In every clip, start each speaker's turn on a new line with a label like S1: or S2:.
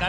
S1: The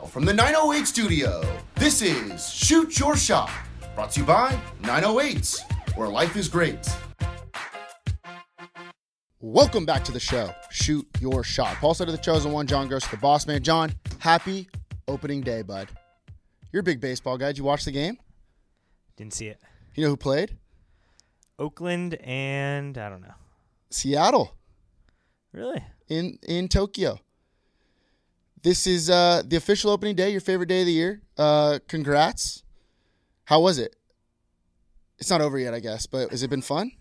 S2: from the 908 studio, this is Shoot Your Shot, brought to you by 908, where life is great. Welcome back to the show, Shoot Your Shot. Paul said to the chosen one, John Gross, the boss man. John, happy opening day, bud. You're a big baseball guy. Did you watch the game?
S3: Didn't see it.
S2: You know who played?
S3: Oakland and I don't know.
S2: Seattle.
S3: Really?
S2: in in Tokyo. This is uh, the official opening day, your favorite day of the year. Uh, congrats! How was it? It's not over yet, I guess, but has it been fun?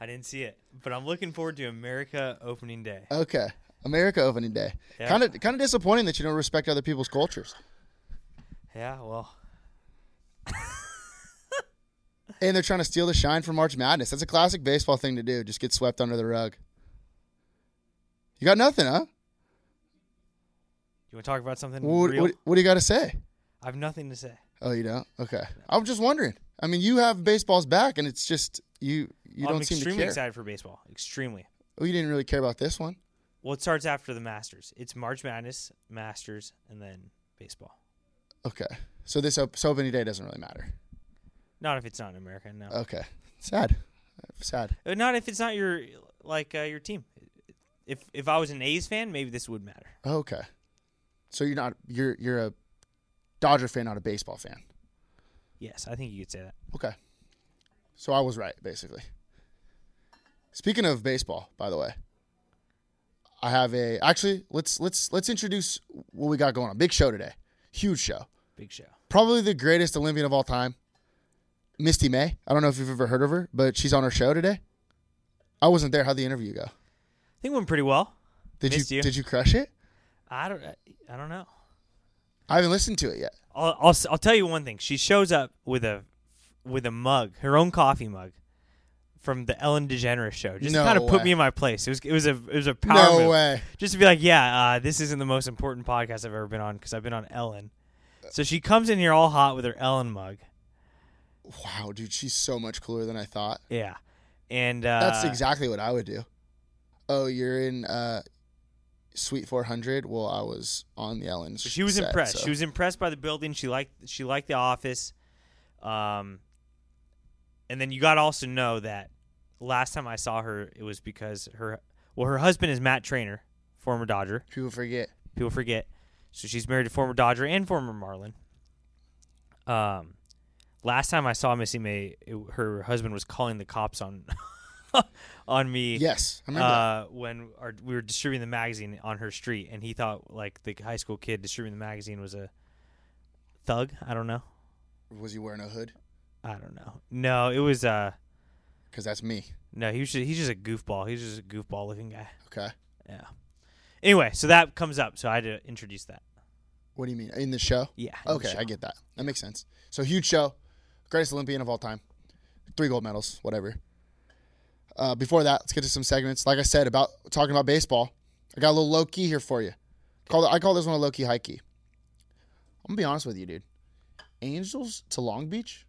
S3: I didn't see it, but I'm looking forward to America opening day.
S2: Okay, America opening day.
S3: Yeah.
S2: Kind of kind of disappointing that you don't respect other people's cultures.
S3: Yeah, well,
S2: And they're trying to steal the shine from March Madness. That's a classic baseball thing to do. Just get swept under the rug. You got nothing, huh?
S3: you want to talk about something
S2: What,
S3: real?
S2: what, what do you got to say?
S3: I have nothing to say.
S2: Oh, you don't? Okay. I'm just wondering. I mean, you have baseball's back, and it's just you. You
S3: I'm
S2: don't seem to
S3: extremely
S2: care.
S3: excited for baseball. Extremely.
S2: Oh, you didn't really care about this one.
S3: Well, it starts after the Masters. It's March Madness, Masters, and then baseball.
S2: Okay. So this op- so opening day doesn't really matter.
S3: Not if it's not in America. No.
S2: Okay. Sad. Sad.
S3: Uh, Not if it's not your like uh, your team. If if I was an A's fan, maybe this would matter.
S2: Okay. So you're not you're you're a Dodger fan, not a baseball fan.
S3: Yes, I think you could say that.
S2: Okay. So I was right, basically. Speaking of baseball, by the way, I have a actually let's let's let's introduce what we got going on. Big show today. Huge show.
S3: Big show.
S2: probably the greatest Olympian of all time, Misty May. I don't know if you've ever heard of her, but she's on our show today. I wasn't there. How'd the interview go?
S3: I think it went pretty well.
S2: Did
S3: Missed
S2: you,
S3: you.
S2: did you crush it?
S3: I don't I- I don't know.
S2: I haven't listened to it yet.
S3: I'll, I'll si will tell you one thing. She shows up with a with a mug, her own coffee mug, from the Ellen DeGeneres show. Just
S2: No
S3: kind of put
S2: way.
S3: me in my place. It was it was a it was a power
S2: No
S3: move.
S2: way.
S3: Just to be like, yeah, uh, this isn't the most important podcast I've ever been on because I've been on Ellen. So she comes in here all hot with her Ellen mug.
S2: Wow, dude, she's so much cooler than I thought.
S3: Yeah, and uh,
S2: That's exactly what I would do. Oh, you're in uh, Suite 400. Well, I was on the Ellen.
S3: But she was
S2: set,
S3: impressed.
S2: so-
S3: She was impressed by the building. She liked she liked the office. Um, and then you got to also know that last time I saw her, it was because her well, her husband is Matt Trainer, former Dodger.
S2: People forget.
S3: People forget, so she's married to former Dodger and former Marlin. Um, last time I saw Missy May, it, her husband was calling the cops on on me
S2: Yes, I remember. that.
S3: uh, when our, we were distributing the magazine on her street, and he thought like the high school kid distributing the magazine was a thug. I don't know. Uh,
S2: Was he wearing a hood?
S3: I don't know. No, it was uh,
S2: Because that's me.
S3: no. He was just, he's just a goofball. He's just a goofball looking guy.
S2: Okay.
S3: Yeah. Anyway, so that comes up. So I had to introduce that.
S2: What do you mean in the show?
S3: Yeah, in the
S2: Okay,
S3: show.
S2: I get that. That makes sense. So huge show, greatest Olympian of all time, three gold medals, whatever. Uh, before that, let's get to some segments. Like I said about talking about baseball, I got a little low key here for you. Call I call this one a low key high key. I'm gonna be honest with you, dude. Angels to Long Beach,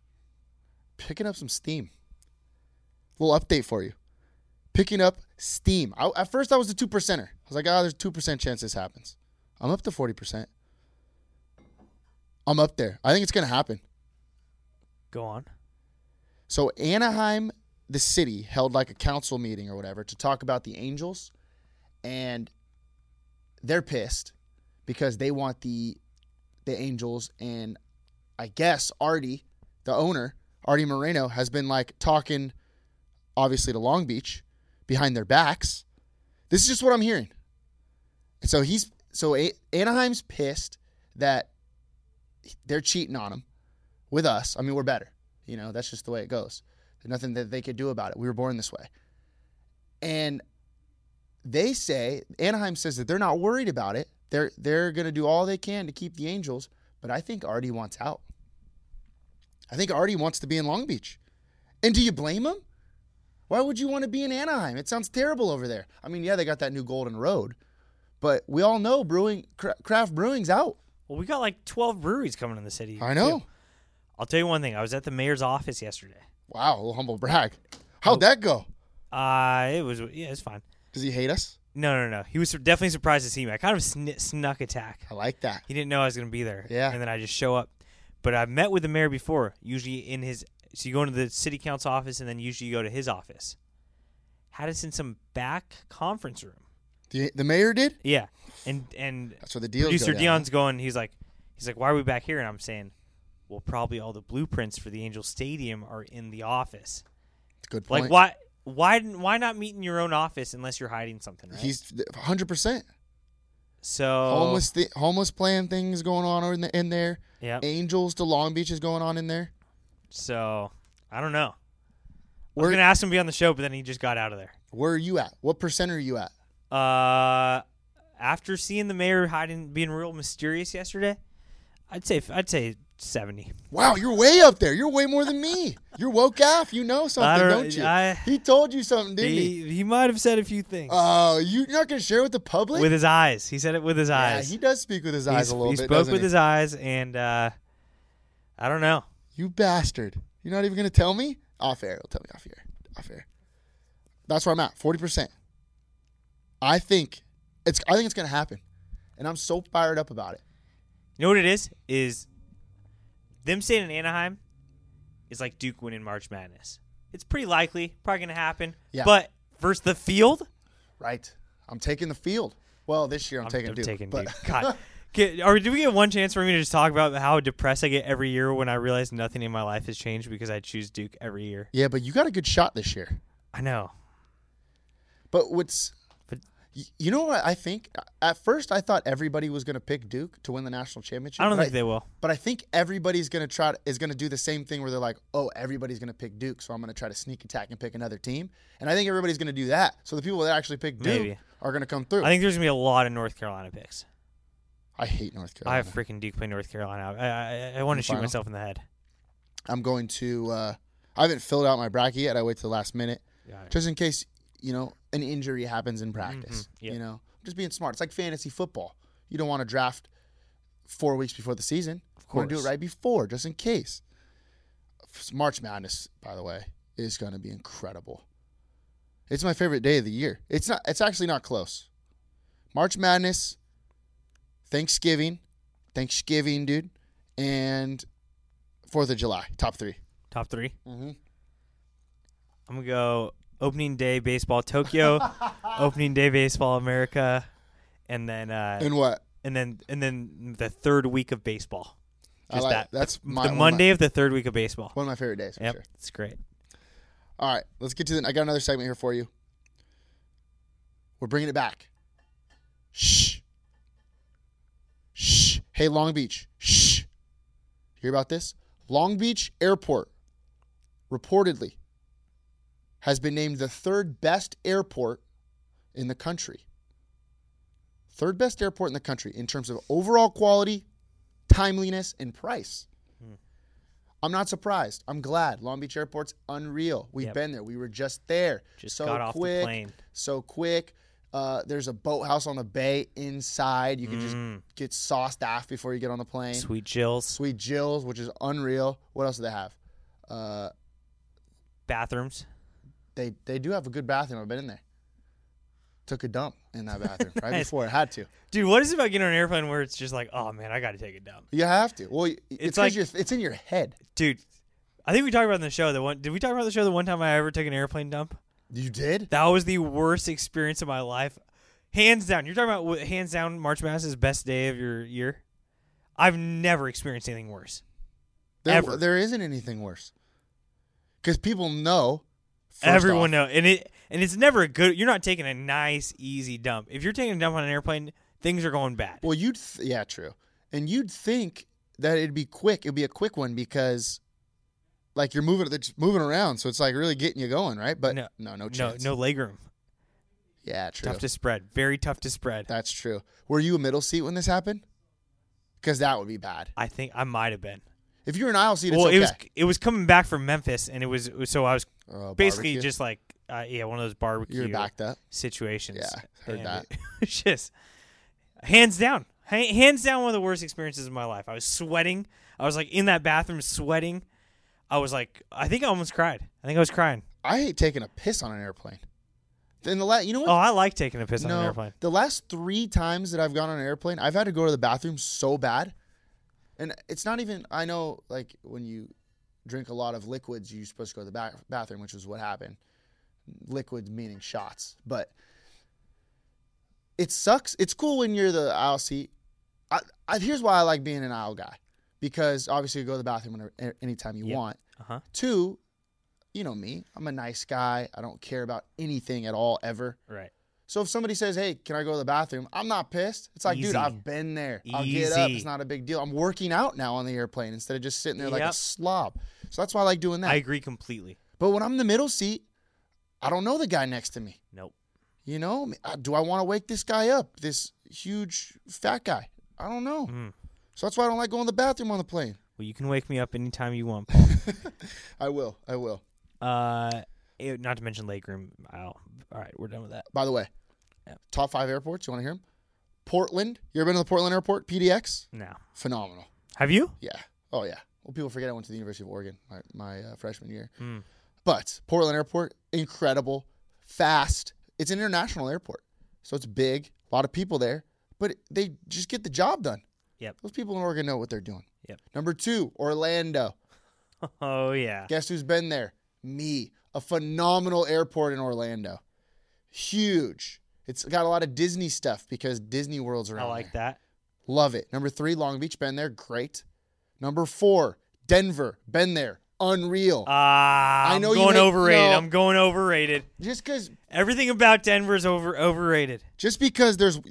S2: picking up some steam. Little update for you. Picking up steam. I, at first, I was the two percenter. I was like, ah, there's two percent chance this happens. I'm up to forty percent. I'm up there. I think it's going to happen.
S3: Go on.
S2: So Anaheim, the city, held like a council meeting or whatever to talk about the Angels, and they're pissed because they want the the Angels and I guess Artie, the owner, Artie Moreno, has been like talking, obviously to Long Beach, behind their backs. This is just what I'm hearing. And so he's so A- Anaheim's pissed that they're cheating on him with us. I mean, we're better. You know, that's just the way it goes. There's nothing that they could do about it. We were born this way. And they say, Anaheim says that they're not worried about it They're they're gonna do all they can to keep the Angels, but I think Artie wants out. I think Artie wants to be in Long Beach, and do you blame him? Why would you want to be in Anaheim? It sounds terrible over there. I mean, yeah, they got that new Golden Road, but we all know brewing cra- craft brewing's out.
S3: Well, we got like 12 breweries coming in the city.
S2: I know.
S3: too. I'll tell you one thing. I was at the mayor's office yesterday.
S2: Wow, a little humble brag. How'd that go?
S3: Uh, it was yeah, it's fine.
S2: Does he hate us?
S3: No, no, no. He was definitely surprised to see me. I kind of sn- snuck attack.
S2: I like that.
S3: He didn't know I was going to be there.
S2: Yeah.
S3: And then I just show up. But I've met with the mayor before, usually in his. So you go into the city council office and then usually you go to his office. Had us in some back conference room.
S2: The, the mayor did.
S3: Yeah. And and
S2: That's where the deals go
S3: producer
S2: down,
S3: Dion's going, he's like he's like, Why are we back here? And I'm saying, Well, probably all the blueprints for the Angel Stadium are in the office.
S2: Good point.
S3: Like why why didn't why not meet in your own office unless you're hiding something, right?
S2: He's 100 percent
S3: so
S2: homeless. Th- homeless plan things going on in, the, in there.
S3: Yeah.
S2: Angels to Long Beach is going on in there.
S3: So I don't know. We're
S2: Where-
S3: gonna ask him to be on the show, but then he just got out of there.
S2: Where are you at? What percent are you at?
S3: Uh, after seeing the mayor hiding, being real mysterious yesterday, I'd say I'd say seventy.
S2: Wow, you're way up there. You're way more than me. You're woke off. You know
S3: I
S2: something,
S3: don't-
S2: don't you?
S3: I-
S2: he told you something, didn't he?
S3: He, he might have said a few things
S2: Oh, you're not gonna share with the public?
S3: with his eyes. He said it with his
S2: yeah,
S3: eyes.
S2: he does speak with his eyes
S3: He's-
S2: a little
S3: he
S2: bit.
S3: spoke
S2: doesn't
S3: with
S2: he?
S3: his eyes, and uh, I don't know.
S2: You bastard. You're not even going to tell me? Off air. He'll tell me off air. Off air. That's where I'm at. 40%. I think it's I think it's going to happen. And I'm so fired up about it.
S3: You know what it is? Is them staying in Anaheim is like Duke winning March Madness. It's pretty likely, probably gonna happen.
S2: Yeah.
S3: But versus the field,
S2: Right. I'm taking the field. Well, this year I'm, taking Duke. but
S3: Duke. God. Get, are, do we get one chance for me to just talk about how depressed I get every year when I realize nothing in my life has changed because I choose Duke every year?
S2: Yeah, but you got a good shot this year.
S3: I know.
S2: But what's
S3: But-
S2: y- you know what I think? At first, I thought everybody was going to pick Duke to win the national championship.
S3: I don't
S2: but
S3: think they will.
S2: But I think everybody's gonna try to, is gonna do the same thing where they're like, oh, everybody's gonna pick Duke, so I'm gonna try to sneak attack and pick another team. And I think everybody's gonna do that. So the people that actually pick Duke
S3: Maybe.
S2: are gonna come through.
S3: I think there's gonna be a lot of North Carolina picks.
S2: I hate North
S3: I have
S2: Carolina.
S3: freaking Duke play North Carolina. I I, I want to shoot
S2: final?
S3: myself in the head.
S2: I'm going to. Uh, I haven't filled out my bracket yet. I wait till the last minute, just in case you know an injury happens in practice.
S3: Mm-hmm. Yeah.
S2: You know, just being smart. It's like fantasy football. You don't want to draft four weeks before the season. Of course, do it
S3: course.
S2: right before, just in case. March Madness, by the way, is going to be incredible. It's my favorite day of the year. It's not. It's actually not close. March Madness, Thanksgiving, Thanksgiving, dude, and Fourth of July, top three.
S3: Top 3 Mm-hmm. I'm gonna go opening day baseball Tokyo, opening day baseball America, and then uh,
S2: And what?
S3: and then and then the third week of baseball.
S2: I
S3: Just
S2: like-
S3: that.
S2: That's my,
S3: the
S2: one
S3: Monday
S2: Of
S3: of the third week of baseball.
S2: my, one of my favorite days. For
S3: Yep,
S2: sure.
S3: it's great.
S2: All right, let's get to the. I got another segment here for you. We're bringing it back. Shh. Shh. Hey, Long Beach. Shh. Hear about this? Long Beach Airport reportedly has been named the third best airport in the country. Third best airport in the country in terms of overall quality, timeliness, and price.
S3: Hmm.
S2: I'm not surprised. I'm glad. Long Beach Airport's unreal. We've
S3: Yep.
S2: been there. We were just there.
S3: Just
S2: so
S3: got off the
S2: quick,
S3: plane.
S2: So quick. Uh, there's a boathouse on the bay inside. You can just get sauced off before you get on the plane.
S3: Sweet Jill's
S2: Sweet Jill's, which is unreal. What else do they have? Uh,
S3: bathrooms.
S2: they they do have a good bathroom. I've been in there. Took a dump in that bathroom right
S3: Nice.
S2: before I had to.
S3: Dude, what is it about getting on an airplane where it's just like, oh man, I got to take a dump?
S2: You have to. Well, it's, it's like
S3: like-
S2: you're, it's in your head.
S3: Dude, I think we talked about it in the show the one. Did we talk about the show the one time I ever took an airplane dump?
S2: You did.
S3: That was the worst experience of my life, hands down. You're talking about wh- hands down March Madness best day of your year. I've never experienced anything worse.
S2: There,
S3: ever.
S2: there isn't anything worse. Because people know. first
S3: Everyone
S2: off,
S3: knows, and it and it's never a good. You're not taking a nice, easy dump. If you're taking a dump on an airplane, things are going bad.
S2: Well, you'd th- yeah, true, and you'd think that it'd be quick. It'd be a quick one because, like, you're moving, they're just moving around, so it's like really getting you going, right? But no,
S3: No.
S2: no,
S3: no,
S2: chance.
S3: no legroom.
S2: Yeah, true.
S3: Tough to spread. Very tough to spread.
S2: That's true. Were you a middle seat when this happened? Because that would be bad.
S3: I think I might have been.
S2: If you're an aisle seat, it's
S3: well,
S2: okay.
S3: it was it was coming back from Memphis, and it was it was- so I was
S2: Uh,
S3: basically
S2: barbecue?
S3: just like uh, yeah, one of those barbecue
S2: you're backed up.
S3: situations.
S2: Yeah, heard
S3: And
S2: that.
S3: it- it's just hands down, ha- hands down, one of the worst experiences of my life. I was sweating. I was like in that bathroom sweating. I was like, I think I almost cried. I think I was crying.
S2: I hate taking a piss on an airplane. Then the la- you know what?
S3: Oh, I like taking a piss
S2: no,
S3: on an airplane.
S2: the last three times that I've gone on an airplane, I've had to go to the bathroom so bad, and it's not even. I know, like when you drink a lot of liquids, you're supposed to go to the ba- bathroom, which is what happened. Liquids meaning shots, but it sucks. It's cool when you're the aisle seat. I, I, here's why I like being an aisle guy, because obviously you go to the bathroom whenever, anytime you want.
S3: Uh-huh.
S2: Two, you know me. I'm a nice guy. I don't care about anything at all ever.
S3: Right.
S2: So if somebody says, "Hey, can I go to the bathroom?" I'm not pissed. It's like, dude,
S3: Easy.
S2: I've been there. I'll get up. It's
S3: Easy.
S2: not a big deal. I'm working out now on the airplane instead of just sitting there like a
S3: Yep.
S2: slob. So that's why I like doing that.
S3: I agree completely.
S2: but when I'm in the middle seat, I don't know the guy next to me.
S3: Nope.
S2: You know, Uh, do I want to wake this guy up? This huge fat guy. I don't know.
S3: Hmm.
S2: So that's why I don't like going to the bathroom on the plane.
S3: Well, you can wake me up anytime you want, Paul.
S2: I will. I will.
S3: uh, it- not to mention legroom. I'll, all right, we're done with that.
S2: By the way, top five airports. You want to hear them? Portland. You ever been to the Portland airport? PDX.
S3: No.
S2: Phenomenal.
S3: Have you?
S2: Yeah. Oh yeah. Well, people forget I went to the University of Oregon my, my uh, freshman year.
S3: Hmm.
S2: But Portland Airport, incredible, fast. It's an international airport, so it's big. A lot of people there, but they just get the job done.
S3: Yep.
S2: Those people in Oregon know what they're doing.
S3: Yep.
S2: Number two, Orlando.
S3: Oh yeah.
S2: Guess who's been there? Me. A phenomenal airport in Orlando. Huge. It's got a lot of Disney stuff because Disney World's around.
S3: I like
S2: there.
S3: that.
S2: Love it. Number three, Long Beach. Been there. Great. Number four, Denver. Been there. Unreal.
S3: Ah,
S2: I
S3: I'm
S2: know you
S3: going
S2: hate-
S3: overrated.
S2: no.
S3: I'm going overrated.
S2: just because,
S3: Everything about Denver's over overrated.
S2: just because there's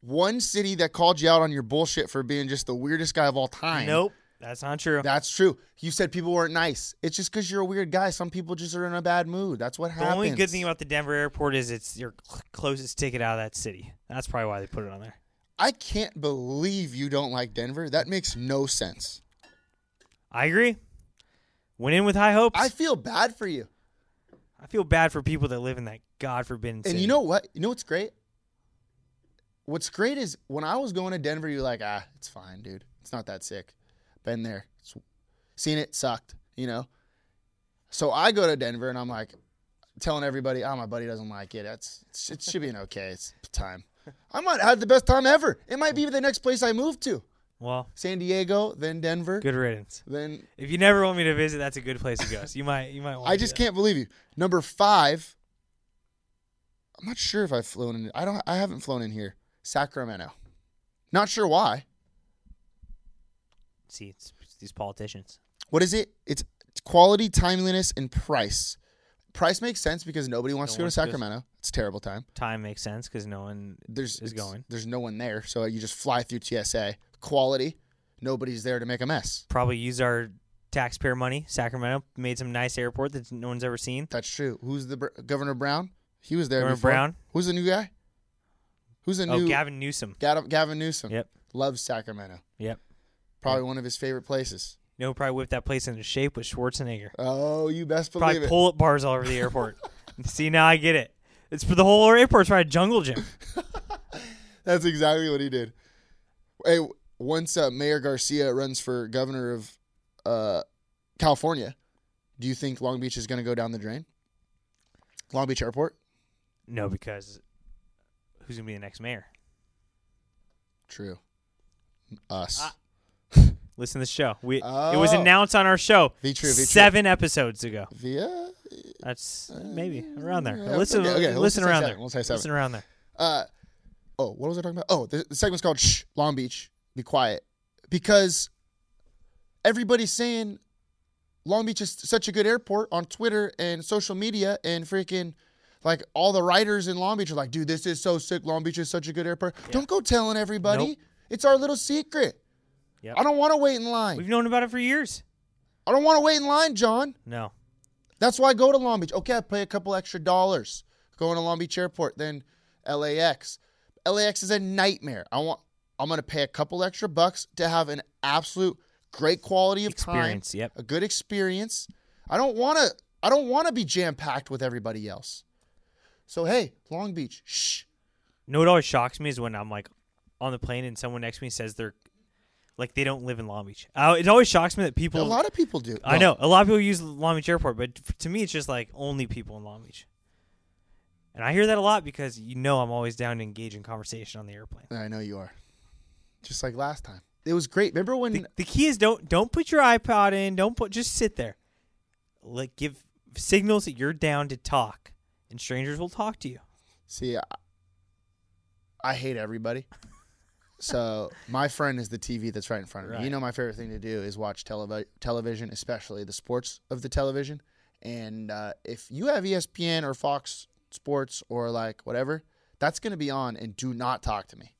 S2: one city that called you out on your bullshit for being just the weirdest guy of all time.
S3: Nope, that's not true.
S2: That's true. You said people weren't nice. It's just because you're a weird guy. Some people just are in a bad mood. That's what
S3: the
S2: happens.
S3: only good thing about the Denver airport is it's your cl- closest ticket out of that city. That's probably why they put it on there.
S2: I can't believe you don't like Denver. That makes no sense.
S3: I agree. Went in with high hopes.
S2: I feel bad for you.
S3: I feel bad for people that live in that god forbidden city.
S2: And you know what? You know what's great? What's great is when I was going to Denver, you're like, ah, it's fine, dude. It's not that sick. Been there, It's- seen it, sucked, you know? So I go to Denver and I'm like telling everybody, oh, my buddy doesn't like it. That's It should be an okay it's time. I might have the best time ever. It might be the next place I move to
S3: well,
S2: San Diego, then Denver,
S3: good riddance.
S2: then
S3: If you never want me to visit, that's a good place to go. So you might, you might. Want
S2: I just can't believe you. Number five. I'm not sure if I've flown in. I don't. I haven't flown in here. Sacramento. Not sure why.
S3: see it's, it's these politicians.
S2: What is it? It's quality, timeliness, and price. Price makes sense because nobody wants to go to
S3: wants to go-
S2: Sacramento. It's a terrible time.
S3: Time makes sense because no one
S2: There's
S3: is
S2: it's-
S3: going.
S2: There's no one there, so you just fly through TSA. Quality. Nobody's there to make a mess.
S3: Probably used our taxpayer money. Sacramento made some nice airport that no one's ever seen.
S2: That's true. Who's the br- Governor Brown? He was there.
S3: Governor
S2: before.
S3: Brown?
S2: Who's the new guy? Who's the
S3: Oh,
S2: new
S3: Gavin Newsom.
S2: Gad- Gavin Newsom?
S3: Yep.
S2: Loves Sacramento.
S3: Yep.
S2: Probably one of his favorite places.
S3: You know, who probably whipped that place into shape with Schwarzenegger.
S2: Oh, you best believe
S3: Probably
S2: it.
S3: pull up bars all over the airport. See, now I get it. It's for the whole airport. It's probably a jungle gym.
S2: That's exactly what he did. Hey, w- once uh, Mayor Garcia runs for governor of uh, California, do you think Long Beach is going to go down the drain? Long Beach Airport?
S3: No, because who's gonna be the next mayor?
S2: True. Us.
S3: Listen to the show. We it was
S2: Oh.
S3: announced on our show
S2: Vitru, Vitru.
S3: seven episodes ago.
S2: Via.
S3: That's maybe around there.
S2: Uh, yeah,
S3: listen,
S2: okay, okay, let's
S3: listen
S2: say
S3: around
S2: seven.
S3: there.
S2: We'll say seven.
S3: Listen around there.
S2: Oh, what was I talking about? Oh, the, the segment's called Shh, Long Beach, Be Quiet. Because everybody's saying Long Beach is such a good airport on Twitter and social media and freaking like all the writers in Long Beach are like, dude, this is so sick. Long Beach is such a good airport. Don't go telling everybody.
S3: Nope.
S2: It's our little secret.
S3: Yep.
S2: I don't want to wait in line.
S3: We've known about it for years.
S2: I don't want to wait in line, John.
S3: No,
S2: That's why I go to Long Beach. Okay, I pay a couple extra dollars going to Long Beach Airport than LAX. LAX is a nightmare. I want I'm going to pay a couple extra bucks to have an absolute great quality of
S3: Experience,
S2: time,
S3: yep.
S2: a good experience. I don't want to I don't want to be jam packed with everybody else. So hey, Long Beach, shh.
S3: You know what always shocks me is when I'm like on the plane and someone next to me says they're like they don't live in Long Beach. Uh, it always shocks me that people.
S2: a lot of people do.
S3: I know a lot of people use Long Beach Airport, but f- to me, it's just like only people in Long Beach. And I hear that a lot because you know I'm always down to engage in conversation on the airplane.
S2: I know you are. Just like last time. It was great. Remember when
S3: The, the key is don't don't put your iPod in. Don't put just sit there. Like give signals that you're down to talk, and strangers will talk to you.
S2: See, I, I hate everybody. So my friend is the TV that's right in front of me. You
S3: Right.
S2: know, my favorite thing to do is watch televi- television, especially the sports of the television. And uh, if you have ESPN or Fox Sports or like whatever, that's going to be on. And do not talk to me.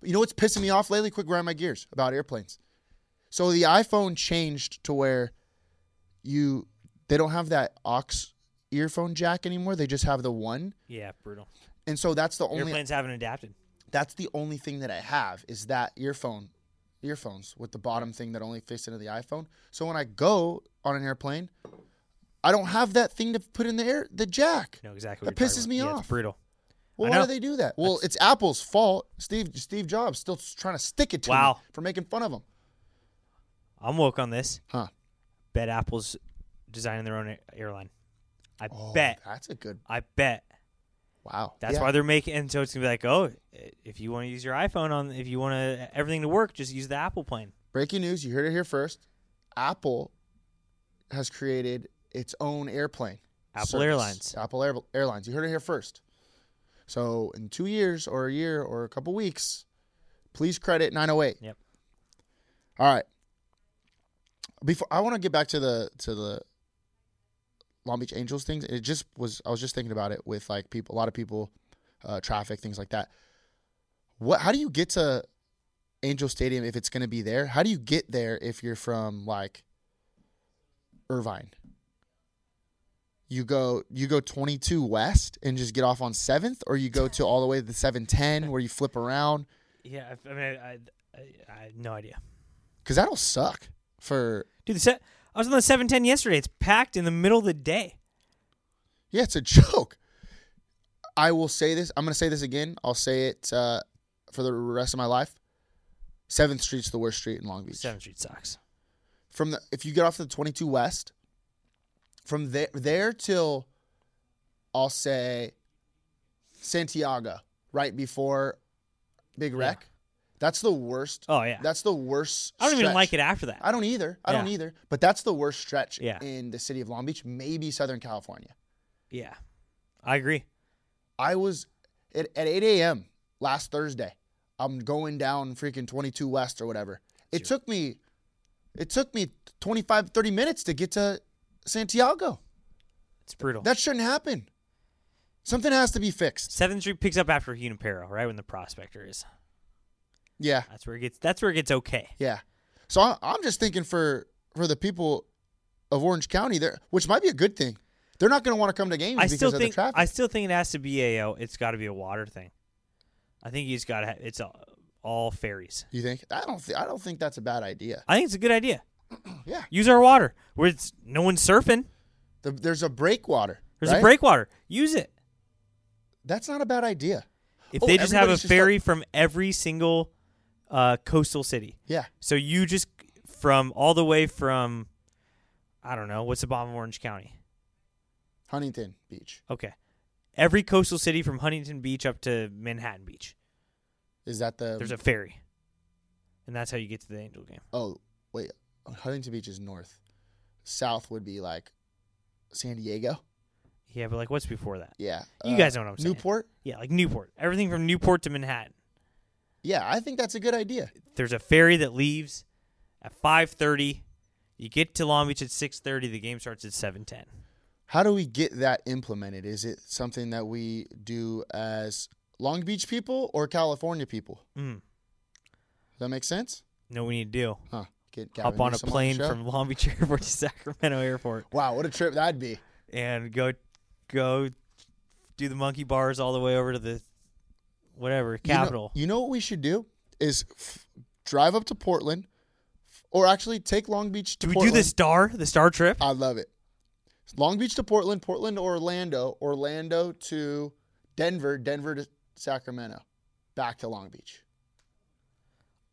S2: But you know what's pissing me off lately? Quick, grind my gears about airplanes. So the iPhone changed to where you they don't have that aux earphone jack anymore. They just have the one.
S3: Yeah, brutal.
S2: And so that's the only
S3: Airplanes haven't adapted.
S2: that's the only thing that I have is that earphone earphones with the bottom thing that only fits into the iPhone. So when I go on an airplane, I don't have that thing to put in the air the jack.
S3: No, exactly.
S2: That
S3: what you're talking
S2: pisses
S3: about.
S2: me
S3: Yeah,
S2: off.
S3: It's brutal.
S2: Well,
S3: I
S2: why
S3: know.
S2: do they do that? Well, it's Apple's fault. Steve Steve Jobs still trying to stick it to me
S3: Wow.
S2: for making fun of them.
S3: I'm woke on this.
S2: Huh.
S3: Bet Apple's designing their own a- airline. I bet.
S2: That's a good
S3: I bet.
S2: wow. Oh
S3: That's
S2: Yeah.
S3: why they're making. And so it's gonna be like, oh, if you want to use your iPhone on, if you want to everything to work, just use the Apple plane.
S2: breaking news, you heard it here first. Apple has created its own airplane.
S3: Apple
S2: service.
S3: Airlines.
S2: Apple Air- Airlines. You heard it here first. So in two years or a year or a couple weeks, please credit 908.
S3: Yep.
S2: All right. Before I want to get back to the to the Long Beach Angels things. It just was I was just thinking about it with like people, a lot of people, uh, traffic, things like that. What? How do you get to Angel Stadium if it's going to be there? How do you get there if you're from like Irvine? You go you go 22 west and just get off on 7th or you go to all the way to the 710 where you flip around
S3: Yeah, I, I mean, I, I, I have no idea.
S2: cuz that'll suck for
S3: Dude, the set. I was on the 710 yesterday. It's packed in the middle of the day.
S2: Yeah, it's a joke. I will say this. I'm going to say this again. I'll say it uh, for the rest of my life. Seventh Street's the worst street in Long Beach.
S3: Seventh Street sucks.
S2: From the if you get off the 22 West, from there there till I'll say Santiago, right before Big Wreck. That's the worst.
S3: Oh, yeah.
S2: That's the worst.
S3: I don't even
S2: stretch.
S3: like it after that.
S2: I don't either. I don't
S3: Yeah.
S2: either. But that's the worst stretch
S3: Yeah.
S2: in the city of Long Beach, maybe Southern California.
S3: yeah, I agree.
S2: I was at, at 8 a.m. last Thursday. I'm going down freaking 22 West or whatever. It took me, it took me 25, 30 minutes to get to Santiago.
S3: It's brutal.
S2: That shouldn't happen. Something has to be fixed.
S3: Seventh Street picks up after Junipero, right when the Prospector is.
S2: Yeah,
S3: That's where it gets. That's where it gets okay.
S2: yeah. So I, I'm just thinking for for the people of Orange County there, which might be a good thing. They're not going to want to come to games
S3: I
S2: Hmm. because
S3: still
S2: of
S3: think
S2: the traffic.
S3: I still think it has to be a. oh, It's got to be a water thing. I think you just got to. It's all, all ferries.
S2: you think? I don't. Th- I don't think that's a bad idea.
S3: I think it's a good idea.
S2: Yeah.
S3: Use our water. Where it's no one's surfing.
S2: The, there's a breakwater.
S3: There's a
S2: right?
S3: breakwater. Use it.
S2: That's not a bad idea.
S3: If
S2: Oh,
S3: they just have a
S2: everybody's just like-
S3: ferry from every single uh, coastal city,
S2: Yeah.
S3: so you just from all the way from, I don't know, what's the bottom of Orange County?
S2: Huntington Beach.
S3: Okay, every coastal city from Huntington Beach up to Manhattan Beach.
S2: Is that the?
S3: There's a ferry, and that's how you get to the Angel game.
S2: oh wait, Huntington Beach is north. South would be like San Diego.
S3: Yeah, but like, what's before that?
S2: Yeah, Uh,
S3: You guys know what I'm saying.
S2: Newport.
S3: Yeah, like Newport. Everything from Newport to Manhattan.
S2: Yeah, I think that's a good idea.
S3: There's a ferry that leaves at 5:30. You get to Long Beach at 6:30. The game starts at 7:10.
S2: How do we get that implemented? Is it something that we do as Long Beach people or California people?
S3: Mm.
S2: Does that make sense?
S3: You know what we need to do?
S2: Huh? Get
S3: Hop
S2: Gavin
S3: on a
S2: Newsom the
S3: plane
S2: show?
S3: from Long Beach Airport to Sacramento Airport
S2: Wow, what a trip that'd be!
S3: and go go do the monkey bars all the way over to the whatever
S2: You know-
S3: capital.
S2: You know, what we should do is f- drive up to Portland, f- or actually take Long Beach to
S3: do we
S2: Portland.
S3: do the star the star trip?
S2: I love it. Long Beach to Portland, Portland to Orlando, Orlando to Denver, Denver to Sacramento, back to Long Beach.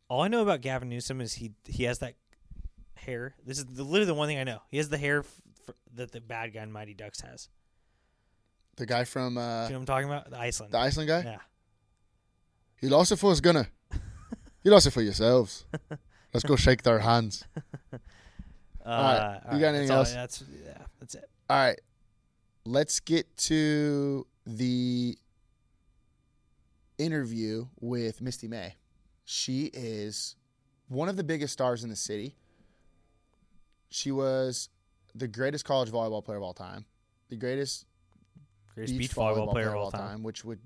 S3: All I know about Gavin Newsom is he he has that hair. This is the, literally the one thing I know. He has the hair f- f- that the bad guy in Mighty Ducks has.
S2: The guy from uh,
S3: You know what I'm talking about? The Iceland.
S2: the Iceland guy.
S3: yeah.
S2: You lost it for us, gonna. You lost it for yourselves. Let's go shake their hands.
S3: Uh,
S2: right.
S3: all
S2: You got anything
S3: that's all-
S2: else?
S3: That's yeah. That's it.
S2: All right. Let's get to the interview with Misty May. She is one of the biggest stars in the city. She was the greatest college volleyball player of all time, the greatest
S3: Greatest beach, volleyball, player of all time.
S2: which would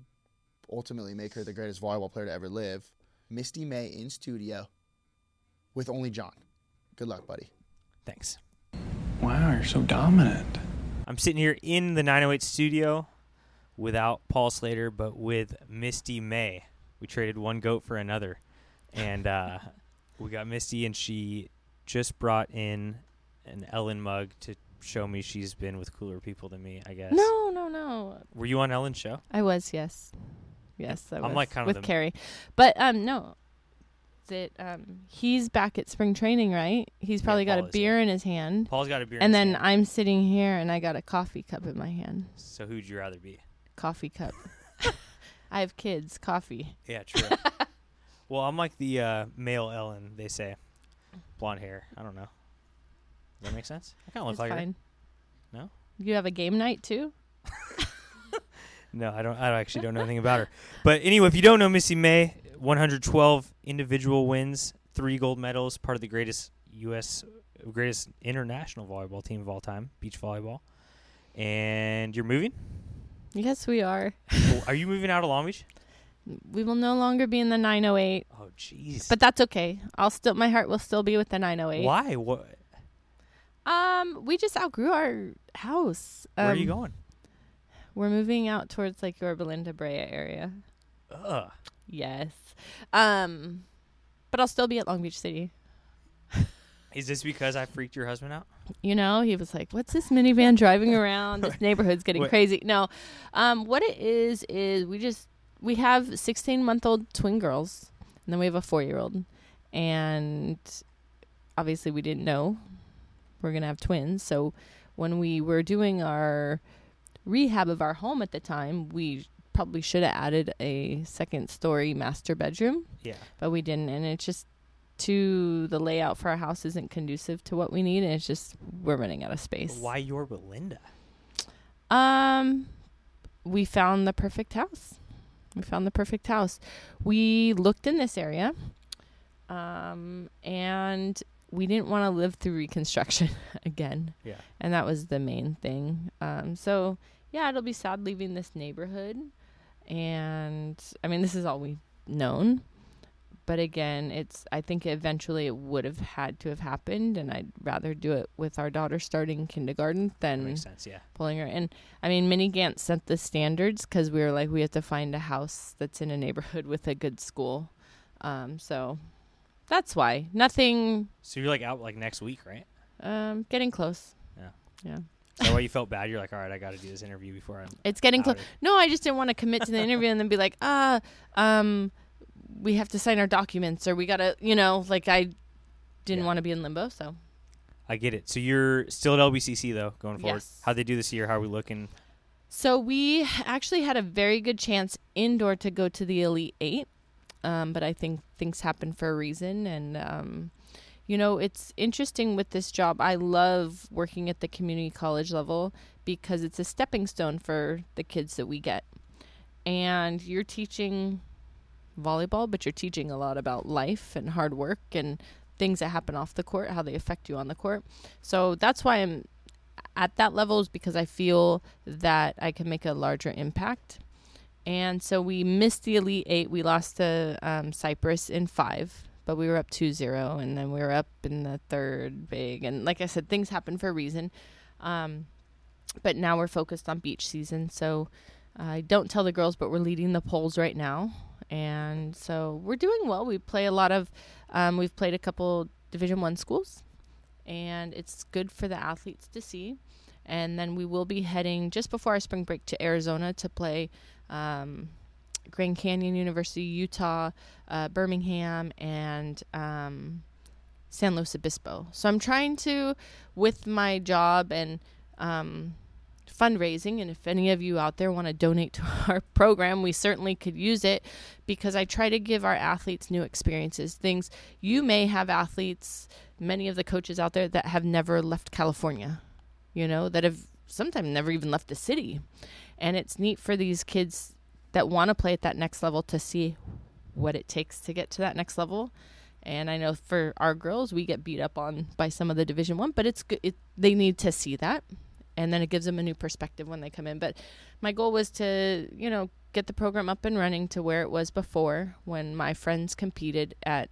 S2: ultimately make her the greatest volleyball player to ever live. Misty May in studio with only John. Good luck, buddy.
S3: Thanks.
S4: Wow, you're so dominant.
S3: I'm sitting here in the 908 studio without Paul Slater, but with Misty May. We traded one goat for another. And uh, we got Misty, and she just brought in an Ellen mug to show me she's been with cooler people than me, I guess.
S5: No, no, no.
S3: Were you on Ellen's show?
S5: I was, yes. Yes, I
S3: I'm
S5: was.
S3: like kind of
S5: with
S3: the-
S5: Carrie. But um no. That um he's back at spring training, right? He's probably got
S3: Paul
S5: a
S3: is,
S5: beer in his hand.
S3: Paul's got a beer. in
S5: and
S3: his
S5: then
S3: hand.
S5: I'm sitting here and I got a coffee cup in my hand.
S3: So who'd you rather be?
S5: Coffee cup. I have kids, coffee.
S3: Yeah, true. well, I'm like the uh, male Ellen, they say. Blonde hair. I don't know. Does that make sense? I kind of look
S5: It's
S3: like her.
S5: fine.
S3: No?
S5: You have a game night too?
S3: No, I don't. I actually don't know anything about her. But anyway, if you don't know Missy May, 112 individual wins, three gold medals, part of the greatest U.S. greatest international volleyball team of all time, beach volleyball. And you're moving?
S5: Yes, we are.
S3: Oh, Are you moving out of Long Beach?
S5: We will no longer be in the 908,
S3: Oh, jeez.
S5: but that's okay. I'll still my heart will still be with the 908.
S3: why? What?
S5: Um, we just outgrew our house. Um,
S3: Where are you going?
S5: We're moving out towards like your Belinda Brea area.
S3: Ugh.
S5: Yes. Um, but I'll still be at Long Beach City.
S3: Is this because I freaked your husband out?
S5: You know, he was like, "What's this minivan driving around? This neighborhood's getting
S3: Wait.
S5: crazy." No, um, what it is is we just we have sixteen month old twin girls, and then we have a four year old, and obviously we didn't know we're gonna have twins. So when we were doing our rehab of our home at the time, we probably should have added a second story master bedroom
S3: Yeah.
S5: but we didn't and it's just to the layout for our house isn't conducive to what we need and it's just we're running out of space
S3: Why your Belinda?
S5: um we found the perfect house we found the perfect house we looked in this area um and we didn't want to live through reconstruction again
S3: Yeah.
S5: and that was the main thing um so yeah it'll be sad leaving this neighborhood and i mean this is all we've known but again it's i think eventually it would have had to have happened and i'd rather do it with our daughter starting kindergarten
S3: That
S5: than
S3: makes sense. Yeah.
S5: pulling her in i mean minnie gant set the standards because we were like we have to find a house that's in a neighborhood with a good school um, so that's why nothing
S3: So you're like out like next week, right?
S5: um, getting close
S3: Yeah.
S5: yeah
S3: Is that why you felt bad? You're like, all right, I got to do this interview before I'm.
S5: It's getting close.
S3: Outer.
S5: No, I just didn't want to commit to the interview and then be like, ah, um, we have to sign our documents or we gotta, you know, like I didn't
S3: Yeah.
S5: want to be in limbo. So
S3: I get it. So you're still at LBCC though, going forward.
S5: Yes.
S3: How they do this year? How are we looking?
S5: So we actually had a very good chance indoor to go to the Elite Eight, um, but I think things happen for a reason. And um, you know, it's interesting with this job. I love working at the community college level because it's a stepping stone for the kids that we get. And you're teaching volleyball, but you're teaching a lot about life and hard work and things that happen off the court, how they affect you on the court. So that's why I'm at that level is because I feel that I can make a larger impact. And so we missed the Elite Eight. We lost to um, Cyprus in five, but we were up 2 0, and then we were up in the third big. And like I said, things happen for a reason. Um, but now we're focused on beach season. So I don't tell the girls, but we're leading the polls right now. and so we're doing well. We play a lot of, um, we've played a couple Division One schools, and it's good for the athletes to see. And then we will be heading just before our spring break to Arizona to play um, Grand Canyon University, Utah, uh, Birmingham, and um, San Luis Obispo. So I'm trying to, with my job and um, fundraising, and if any of you out there want to donate to our program, we certainly could use it because I try to give our athletes new experiences. Things you may have athletes, many of the coaches out there that have never left California, you know, that have sometimes never even left the city. And it's neat for these kids that want to play at that next level to see what it takes to get to that next level. And I know for our girls, we get beat up on by some of the Division One, but it's good. It, they need to see that, and then it gives them a new perspective when they come in. But my goal was to, you know, get the program up and running to where it was before when my friends competed at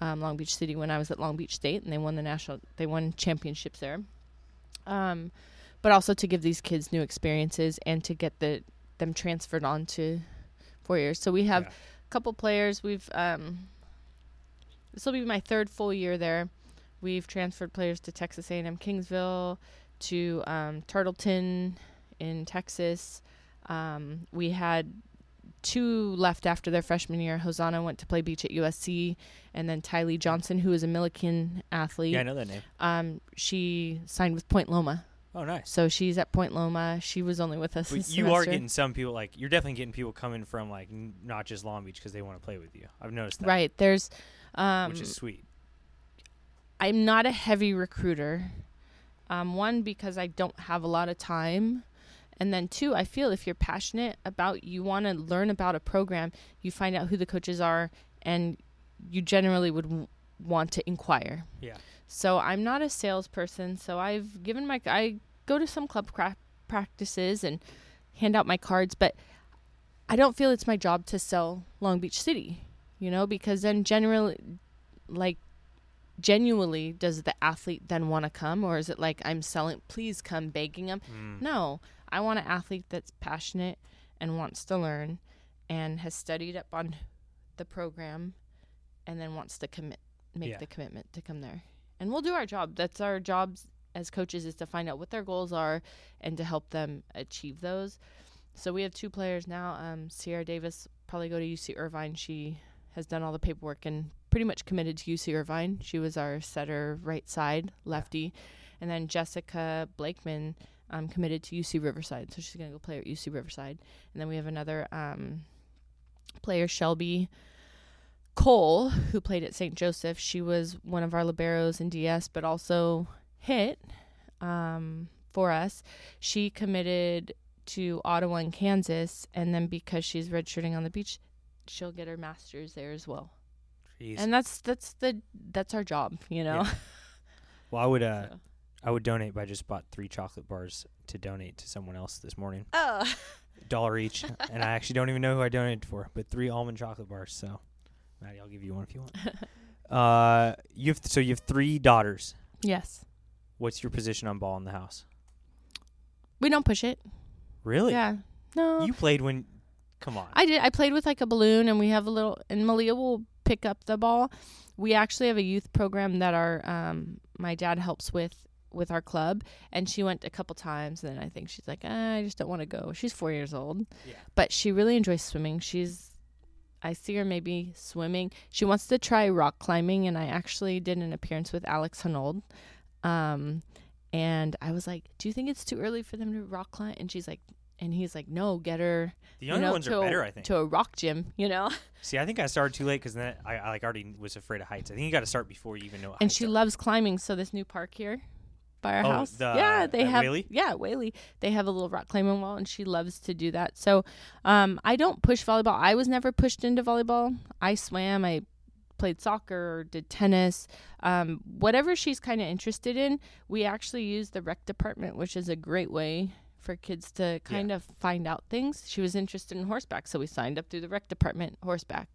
S5: um, Long Beach City when I was at Long Beach State, and they won the national, they won championships there. Um, but also to give these kids new experiences and to get the them transferred on to four years. So we have a couple players. We've um, this will be my third full year there. We've transferred players to Texas A&M Kingsville, to um, Turtleton in Texas. Um, we had two left after their freshman year. Hosanna went to play beach at USC, and then Tylee Johnson, who is a Milliken athlete,
S3: Yeah, I know that name.
S5: um, she signed with Point Loma.
S3: Oh, nice.
S5: So she's at Point Loma. She was only with us.
S3: But you
S5: this
S3: are
S5: semester.
S3: getting some people like you're definitely getting people coming from like n- not just Long Beach because they want to play with you. I've noticed that,
S5: right. There's
S3: which is sweet.
S5: I'm not a heavy recruiter. Um, one because I don't have a lot of time, and then two, I feel if you're passionate about you want to learn about a program, you find out who the coaches are, and you generally would w- want to inquire.
S3: Yeah.
S5: So I'm not a salesperson. So I've given my I go to some club cra- practices and hand out my cards, but I don't feel it's my job to sell Long Beach City, you know, because then generally, like, genuinely, does the athlete then want to come, or is it like I'm selling, please come, begging them? No, I want an athlete that's passionate and wants to learn, and has studied up on the program, and then wants to commit, make
S3: Yeah.
S5: the commitment to come there. And we'll do our job. That's our jobs as coaches is to find out what their goals are and to help them achieve those. So we have two players now. Um, Sierra Davis probably go to UC Irvine. She has done all the paperwork and pretty much committed to UC Irvine. She was our setter, right side lefty, and then Jessica Blakeman um, committed to UC Riverside. So she's gonna go play at UC Riverside. And then we have another um, player, Shelby Cole, who played at St. Joseph. She was one of our liberos in DS, but also hit um, for us. She committed to Ottawa and Kansas, and then because she's redshirting on the beach, she'll get her master's there as well.
S3: Jeez.
S5: And that's that's the that's our job, you know.
S3: well, I would uh, I would donate, but I just bought three chocolate bars to donate to someone else this morning,
S5: Oh,
S3: dollar each, and I actually don't even know who I donated for, but three almond chocolate bars. So, Maddie, I'll give you one if you want. uh, you have so you have three daughters.
S5: yes.
S3: What's your position on ball in the house?
S5: We don't push it.
S3: Really?
S5: Yeah. No.
S3: You played when? Come on.
S5: I did. I played with like a balloon, and we have a little. And Malia will pick up the ball. We actually have a youth program that our um, my dad helps with with our club, and she went a couple times. And then I think she's like, "Ah, I just don't want to go. She's four years old, but she really enjoys swimming. She's I see her maybe swimming. She wants to try rock climbing, and I actually did an appearance with Alex Hanold. Um, and I was like, "Do you think it's too early for them to rock climb?" And she's like, and he's like, "No, get her."
S3: the
S5: you
S3: younger
S5: know,
S3: ones
S5: to
S3: are
S5: a-
S3: better, I think.
S5: To a rock gym, you know.
S3: See, I think I started too late because then I, I like already was afraid of heights. I think you got to start before you even know. What
S5: and
S3: heights
S5: she
S3: are.
S5: loves climbing, so this new park here by our
S3: Oh,
S5: house.
S3: the-
S5: yeah, they
S3: at
S5: have
S3: Whaley?
S5: yeah, Whaley. They have a little rock climbing wall and she loves to do that. So, um I don't push volleyball. I was never pushed into volleyball. I swam, I played soccer or did tennis. Um whatever she's kind of interested in, we actually use the rec department, which is a great way for kids to kind of find out things. She was interested in horseback, so we signed up through the rec department horseback.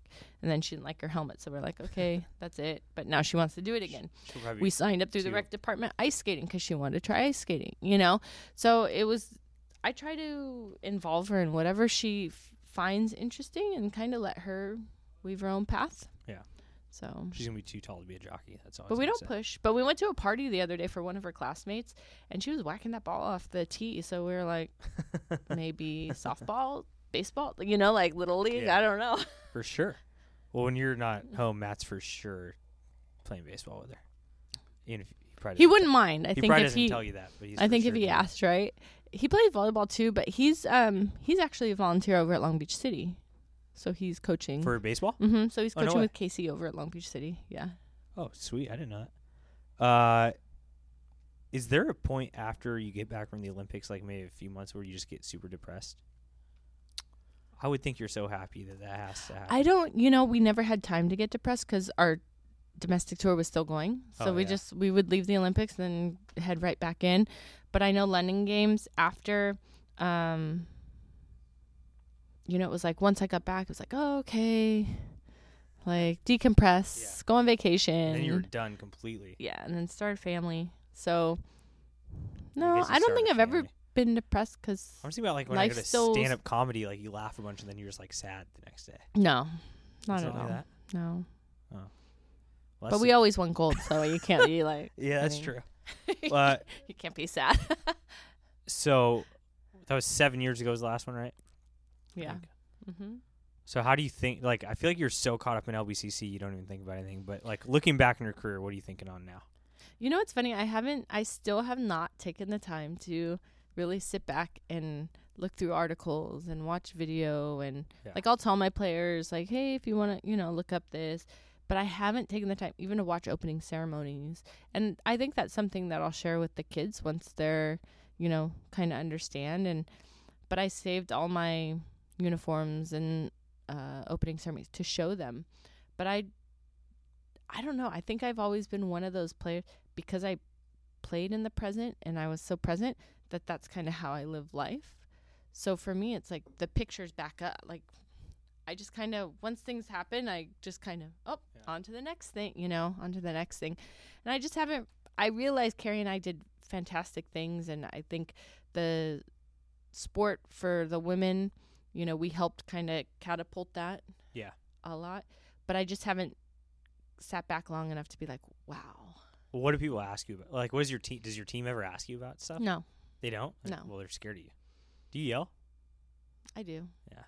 S5: And then she didn't like her helmet, so we're like, okay, that's it. But now she wants to do it again
S3: She'll probably
S5: we
S3: be
S5: signed up through the
S3: two.
S5: rec department ice skating because she wanted to try ice skating you know so it was i try to involve her in whatever she f- finds interesting and kind of let her weave her own path.
S3: Yeah.
S5: So
S3: She's gonna be too tall to be a jockey. That's all. I
S5: but
S3: was
S5: we
S3: gonna
S5: don't
S3: say.
S5: push. But we went to a party the other day for one of her classmates, and she was whacking that ball off the tee. So we were like, maybe softball, baseball, you know, like little league.
S3: Yeah.
S5: I don't know.
S3: for sure. Well, when you're not home, Matt's for sure playing baseball with her. Even if he probably
S5: He
S3: doesn't
S5: wouldn't mind. I
S3: tell- He
S5: think
S3: probably
S5: if
S3: doesn't
S5: he,
S3: tell you that. But he's
S5: I
S3: for
S5: think if
S3: sure
S5: he
S3: doing it.
S5: asked, right? He plays volleyball too, but he's um he's actually a volunteer over at Long Beach City, so he's coaching.
S3: for baseball.
S5: hmm So he's
S3: Oh, no
S5: coaching
S3: way.
S5: with Casey over at Long Beach City. Yeah.
S3: Oh, sweet! I did not. Uh, is there a point after you get back from the Olympics, like maybe a few months, where you just get super depressed? I would think you're so happy that that has to happen.
S5: I don't, you know, we never had time to get depressed because our domestic tour was still going. So
S3: Oh,
S5: we
S3: yeah.
S5: just, we would leave the Olympics and head right back in. But I know London Games after, um, you know, it was like once I got back, it was like, oh, okay, like decompress,
S3: Yeah.
S5: go on vacation.
S3: and then you were done completely.
S5: yeah, and then start a family. So,
S3: guess
S5: no,
S3: you
S5: I don't
S3: start
S5: think
S3: a
S5: I've ever
S3: family.
S5: been depressed because,
S3: I'm just thinking about like when I
S5: Life
S3: go to
S5: still-
S3: stand up comedy, like you laugh a bunch and then you're just like sad the next day.
S5: no, not
S3: Is
S5: at
S3: it like
S5: all.
S3: that?
S5: No.
S3: Well,
S5: But
S3: that's
S5: we
S3: the-
S5: always won gold, so you can't be like,
S3: yeah, that's
S5: kidding.
S3: true. uh,
S5: you can't be sad.
S3: so that was seven years ago. Was the last one, right?
S5: yeah. hmm
S3: So how do you think? Like, I feel like you're so caught up in LBCC, you don't even think about anything. But like looking back in your career, what are you thinking on now?
S5: You know what's funny? I haven't. I still have not taken the time to really sit back and look through articles and watch video and
S3: Yeah.
S5: like I'll tell my players like, hey, if you want to, you know, look up this. But I haven't taken the time even to watch opening ceremonies, and I think that's something that I'll share with the kids once they're, you know, kind of understand. And but I saved all my uniforms and uh, opening ceremonies to show them. But I, I don't know. I think I've always been one of those players because I played in the present and I was so present that that's kind of how I live life. So for me, it's like the pictures back up. Like I just kind of once things happen, I just kind of oh on to the next thing, you know, on to the next thing. And I just haven't. I realized Carrie and I did fantastic things, and I think the sport for the women, you know, we helped kind of catapult that.
S3: Yeah.
S5: A lot, but I just haven't sat back long enough to be like, wow.
S3: What do people ask you about? Like, what is your team? Does your team ever ask you about stuff?
S5: No,
S3: They don't?
S5: No.
S3: Well, they're scared of you. Do you yell?
S5: I do.
S3: Yeah.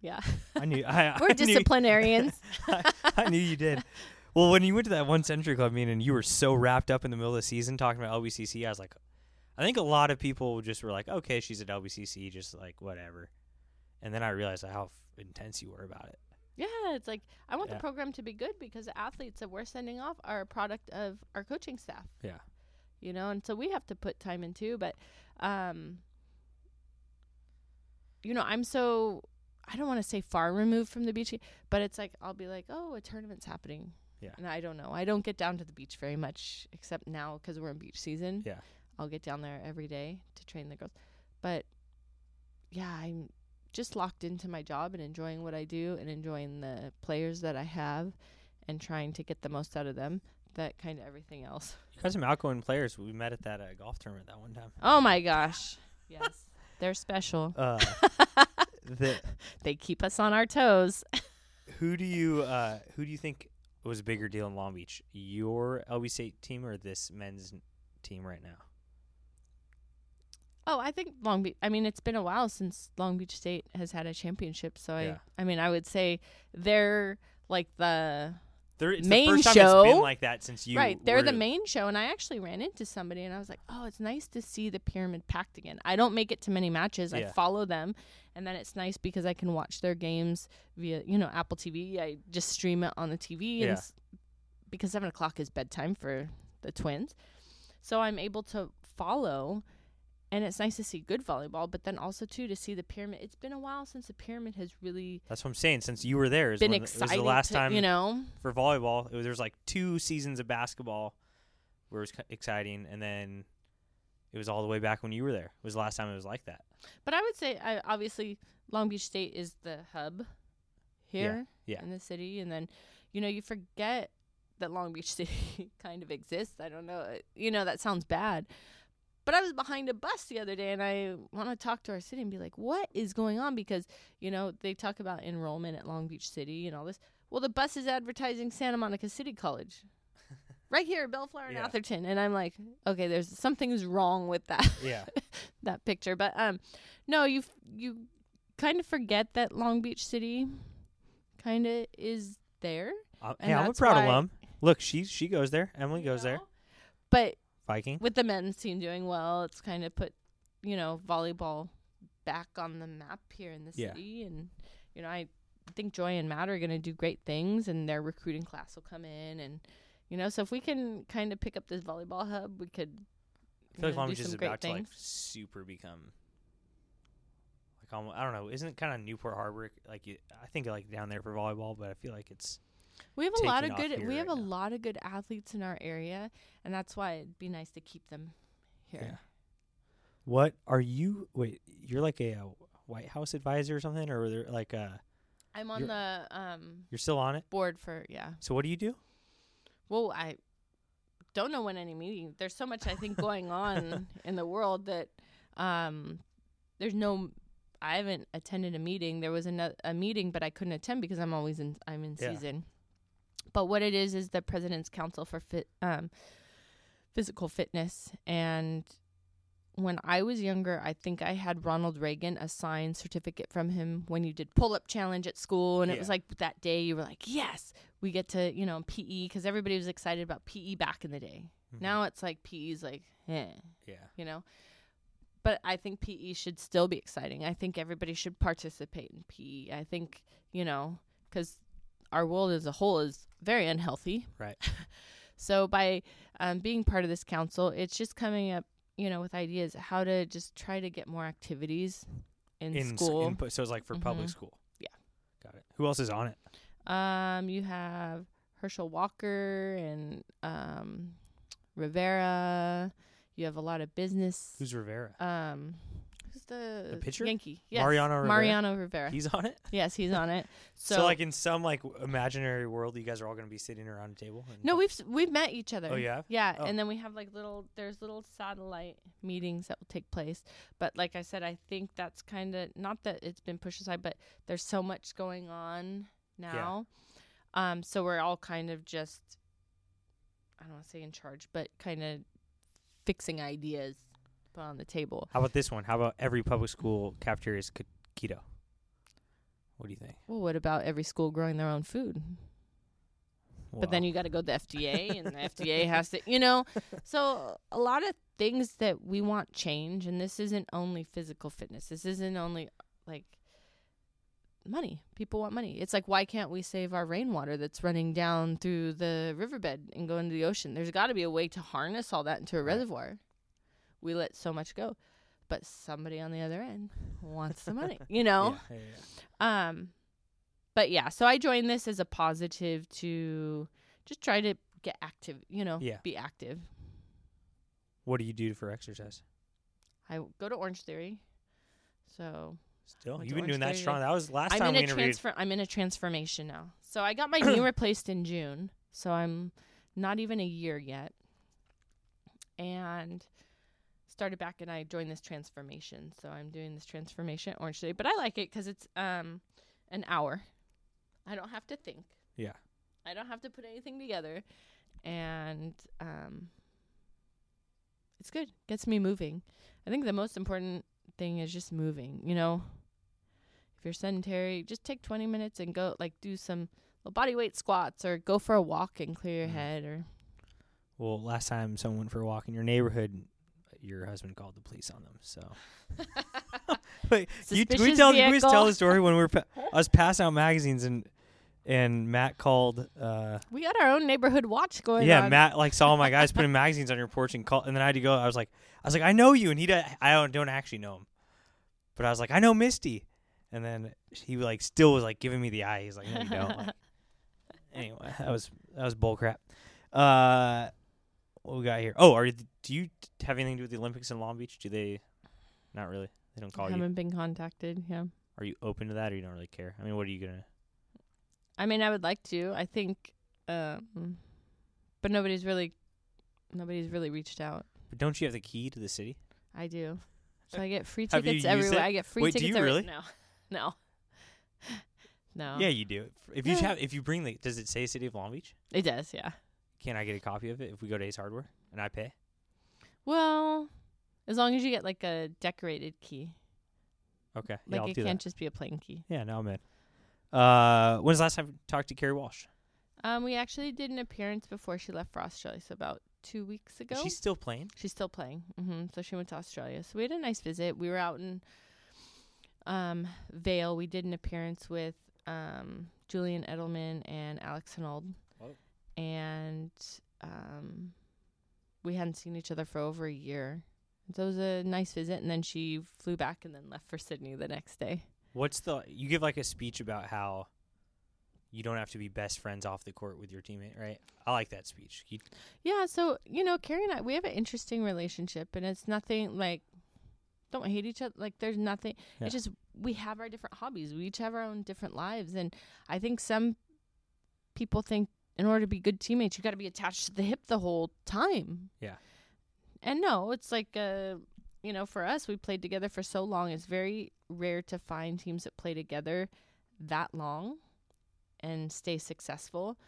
S5: Yeah.
S3: I knew. I, I
S5: We're
S3: knew-
S5: disciplinarians.
S3: I, I knew you did. Well, when you went to that one Century Club meeting and you were so wrapped up in the middle of the season talking about LBCC, I was like, I think a lot of people just were like, okay, she's at LBCC, just like whatever. And then I realized how f- intense you were about it.
S5: Yeah, it's like I want
S3: Yeah.
S5: the program to be good because the athletes that we're sending off are a product of our coaching staff.
S3: Yeah.
S5: You know, and so we have to put time in too, but um you know, I'm so I don't want to say far removed from the beach, but it's like I'll be like, "Oh, a tournament's happening."
S3: Yeah.
S5: And I don't know. I don't get down to the beach very much except now cuz we're in beach season.
S3: Yeah.
S5: I'll get down there every day to train the girls. But yeah, I'm just locked into my job and enjoying what I do and enjoying the players that I have and trying to get the most out of them. That kind of everything else.
S3: You got some outgoing players. We met at that uh, golf tournament that one time.
S5: Oh my gosh. yes. They're special.
S3: Uh, the,
S5: They keep us on our toes.
S3: who do you uh, who do you think was a bigger deal in Long Beach? Your LBC State team or this men's n- team right now?
S5: Oh, I think Long Beach. I mean, it's been a while since Long Beach State has had a championship. So
S3: Yeah.
S5: I, I mean, I would say they're like the
S3: They're, it's
S5: Main
S3: the first time it's
S5: show?
S3: been like that since you
S5: right. They're
S3: were-
S5: the main show, and I actually ran into somebody, and I was like, "Oh, it's nice to see the pyramid packed again." I don't make it to many matches. I
S3: Yeah.
S5: follow them, and then it's nice because I can watch their games via you know Apple TV. I just stream it on the TV, and
S3: Yeah.
S5: s- because seven o'clock is bedtime for the twins, so I'm able to follow. And it's nice to see good volleyball, but then also too to see the pyramid. It's been a while since the pyramid has really
S3: That's what I'm saying. Since you were there, is
S5: been
S3: when the-
S5: exciting.
S3: It was the last
S5: to-
S3: time
S5: you know,
S3: for volleyball. It was, there was like two seasons of basketball where it was ki- exciting, and then it was all the way back when you were there. It was the last time it was like that.
S5: But I would say, I, obviously, Long Beach State is the hub here
S3: yeah.
S5: in the city, and then you know you forget that Long Beach City kind of exists. I don't know, uh, you know that sounds bad, But I was behind a bus the other day and I want to talk to our city and be like, what is going on? Because, you know, they talk about enrollment at Long Beach City and all this. Well, the bus is advertising Santa Monica City College right here, Bellflower and
S3: Yeah.
S5: Atherton. And I'm like, okay, there's something's wrong with that.
S3: Yeah.
S5: that picture. But um, no, you you kind of forget that Long Beach City kind of is there.
S3: Uh,
S5: And
S3: hey, I'm a
S5: that's
S3: proud
S5: why-
S3: alum. Look, she she goes there. Emily
S5: you
S3: goes there.
S5: know? But
S3: Viking.
S5: with the men's team doing well, it's kind of put, you know, volleyball back on the map here in the
S3: Yeah.
S5: city. And, you know, I think Joy and Matt are going to do great things and their recruiting class will come in. And, you know, so if we can kind of pick up this volleyball hub, we could.
S3: I feel like
S5: you know,
S3: Long
S5: do
S3: Beach is
S5: some great
S3: about to like
S5: things.
S3: super become like almost, I don't know. Isn't it kind of Newport Harbor? Like you, I think like down there for volleyball, but I feel like it's
S5: We have a lot
S3: taking
S5: of
S3: off
S5: good.
S3: here
S5: We have
S3: right
S5: a
S3: now.
S5: lot of good athletes in our area, and that's why it'd be nice to keep them here.
S3: Yeah. What are you? Wait, you're like a, uh White House advisor or something, or they're like uh
S5: I'm on
S3: You're-
S5: the um,
S3: you're still on it.
S5: board for yeah.
S3: So what do you do?
S5: Well, I don't know when any meeting. There's so much I think going on in the world that um, there's no. I haven't attended a meeting. There was ano- a meeting, but I couldn't attend because I'm always in. I'm in
S3: Yeah.
S5: season. But what it is is the president's council for fit, um, physical fitness, and when I was younger, I think I had Ronald Reagan a signed certificate from him when you did pull up challenge at school, and it was
S3: Yeah.
S5: like that day you were like, yes, we get to you know PE because everybody was excited about PE back in the day. Now it's like PE's like, eh,
S3: Yeah.
S5: you know. But I think PE should still be exciting. I think everybody should participate in PE. I think you know because our world as a whole is very unhealthy.
S3: Right.
S5: So by um, being part of this council, it's just coming up, you know, with ideas how to just try to get more activities in,
S3: In s-
S5: school. Mm-hmm.
S3: input. So it's like for public school.
S5: Yeah.
S3: Got it. Who else is on it?
S5: um, you have Herschel Walker and um, Rivera. You have a lot of business.
S3: Who's Rivera?
S5: um, who's the,
S3: The pitcher?
S5: Yankee? Yes.
S3: Mariano Rivera?
S5: Mariano Rivera.
S3: He's on it.
S5: yes, he's on it.
S3: So, like in some like w- imaginary world, you guys are all going to be sitting around a table. And
S5: No, we've s- we've met each other.
S3: Oh, you have?
S5: Yeah,
S3: Oh.
S5: and then we have like little there's little satellite meetings that will take place. But like I said, I think that's kind of not that it's been pushed aside, but there's so much going on now. Um, so we're all kind of just I don't want to say in charge, but kind of fixing ideas put on the table.
S3: How about this one? How about every public school cafeteria is ke- keto? What do you think?
S5: Well, what about every school growing their own food? but then you got to go to the FDA, and the FDA has to, you know. So a lot of things that we want change, and this isn't only physical fitness. This isn't only like money. People want money. It's like why can't we save our rainwater that's running down through the riverbed and go into the ocean? There's got to be a way to harness all that into a reservoir. We let so much go, but somebody on the other end wants the money, you know.
S3: Yeah, yeah, yeah.
S5: Um, but yeah, so I joined this as a positive to just try to get active, you know,
S3: Yeah.
S5: be active.
S3: What do you do for exercise?
S5: I go to Orange Theory. So
S3: Still,
S5: Went
S3: you've
S5: to
S3: been doing
S5: Orange
S3: that
S5: Theory
S3: strong.
S5: today.
S3: That was last
S5: I'm
S3: time
S5: in
S3: we
S5: a
S3: interviewed.
S5: transfer I'm in a transformation now. So I got my knee replaced in June. So I'm not even a year yet. And started back and I joined this transformation. So I'm doing this transformation at Orange Theory, but I like it cuz it's um an hour. I don't have to think.
S3: Yeah,
S5: I don't have to put anything together, and um, it's good. Gets me moving. I think the most important thing is just moving. You know, if you're sedentary, just take 20 minutes and go like do some little body weight squats or go for a walk and clear
S3: Mm.
S5: your head or
S3: Well, last time someone went for a walk in your neighborhood, your husband called the police on them. So, Wait, you, we
S5: Suspicious
S3: tell we always tell
S5: vehicle.
S3: the story when we we're pa- us passing out magazines and and Matt called. Uh,
S5: we got our own neighborhood watch going
S3: yeah,
S5: on.
S3: Matt like saw my guys putting magazines on your porch and call, and then I had to go. I was like, I was like, I know you, and he did, I don't don't actually know him, but I was like, I know Misty, and then he like still was like giving me the eye. He's like, no, you don't. Like, anyway, that was that was bull crap. Uh, what we got here? Oh, are th- do you t- have anything to do with the Olympics in Long Beach? Do they? Not really. They don't call you.
S5: haven't been contacted. Yeah.
S3: Are you open to that, or you don't really care? I mean, what are you gonna?
S5: I mean, I would like to. I think, um, but nobody's really, nobody's really reached out.
S3: But don't you have the key to the city?
S5: I do. So I get free
S3: Have you
S5: tickets
S3: used
S5: everywhere.
S3: it?
S5: I get free
S3: Wait, do
S5: tickets
S3: you
S5: every-
S3: really?
S5: No. No. No.
S3: Yeah, you do. If you
S5: Oh. Yeah.
S3: have, if you bring the, does it say City of Long Beach?
S5: It does, yeah.
S3: Can I get a copy of it if we go to Ace Hardware and I pay?
S5: Well, as long as you get like a decorated key.
S3: Okay, yeah,
S5: Like
S3: I'll
S5: it
S3: do
S5: can't
S3: that.
S5: just be a plain key.
S3: Yeah, no, I'm in. Uh, when's the last time you talked to Carrie Walsh?
S5: Um, we actually did an appearance before she left for Australia, so about two weeks ago.
S3: Is she still playing?
S5: She's still playing. hmm So she went to Australia. So we had a nice visit. We were out in um, Vale. We did an appearance with um, Julian Edelman and Alex Hanold. And um, we hadn't seen each other for over a year. So it was a nice visit. And then she flew back and then left for Sydney the next day.
S3: What's the? You give like a speech about how you don't have to be best friends off the court with your teammate, right? I like that speech. You-
S5: Yeah, so you know, Carrie and I we have an interesting relationship and it's nothing like don't hate each other like there's nothing
S3: Yeah.
S5: it's just we have our different hobbies. We each have our own different lives and I think some people think in order to be good teammates you gotta be attached to the hip the whole time.
S3: Yeah.
S5: And no, it's like uh you know, for us we played together for so long. It's very rare to find teams that play together that long and stay successful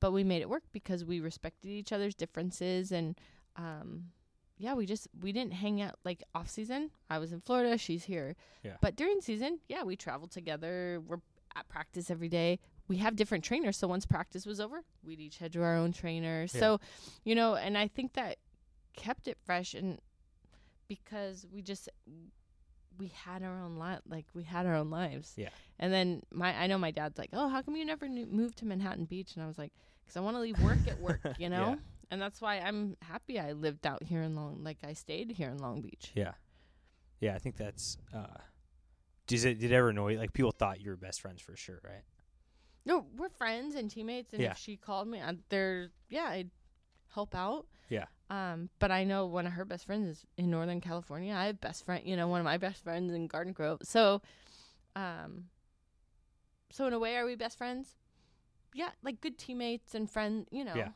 S5: but we made it work because we respected each other's differences and um yeah we just we didn't hang out like off season i was in florida she's here
S3: Yeah.
S5: but during season yeah we traveled together we're at practice every day we have different trainers so once practice was over we'd each head to our own trainer so you know and i think that kept it fresh and because we just we had our own lot like we had our own lives
S3: Yeah.
S5: and then my I know my dad's like, "Oh, how come you never knew, moved to Manhattan Beach?" And I was like, "Cause I want to leave work at work, you know."
S3: Yeah.
S5: And that's why I'm happy I lived out here in Long, like I stayed here in Long Beach.
S3: Yeah, yeah. I think that's. uh Does it? Did it ever annoy? you? Like people thought you were best friends for sure, right?
S5: No, we're friends and teammates, and
S3: Yeah.
S5: if she called me, I'd there, yeah, I'd help out.
S3: Yeah.
S5: Um, but I know one of her best friends is in Northern California. I have best friend, you know, one of my best friends in Garden Grove. So, um, so in a way, are we best friends? Yeah, like good teammates and friend, you know.
S3: Yeah.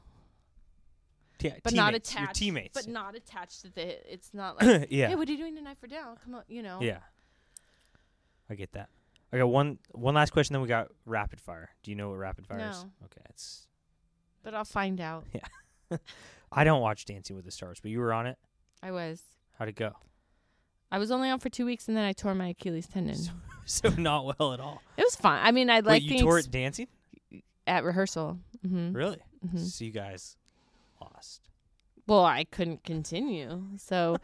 S3: Yeah,
S5: but not
S3: teammates,
S5: attached.
S3: Your teammates,
S5: but not attached to the. It's not like,
S3: Yeah.
S5: hey, what are you doing tonight for Dow? Come on, you know.
S3: Yeah, I get that. I got one one last question. Then we got rapid fire. Do you know what rapid fire is?
S5: No.
S3: Okay, it's.
S5: But I'll find out.
S3: I don't watch Dancing with the Stars, but you were on it.
S5: I was.
S3: How'd it go?
S5: I was only on for two weeks, and then I tore my Achilles tendon.
S3: so not well at all.
S5: it was fun. I mean, I
S3: Wait,
S5: like
S3: you
S5: the
S3: tore
S5: ex-
S3: it dancing?
S5: at rehearsal. hmm
S3: Really? So you guys lost.
S5: Well, I couldn't continue, so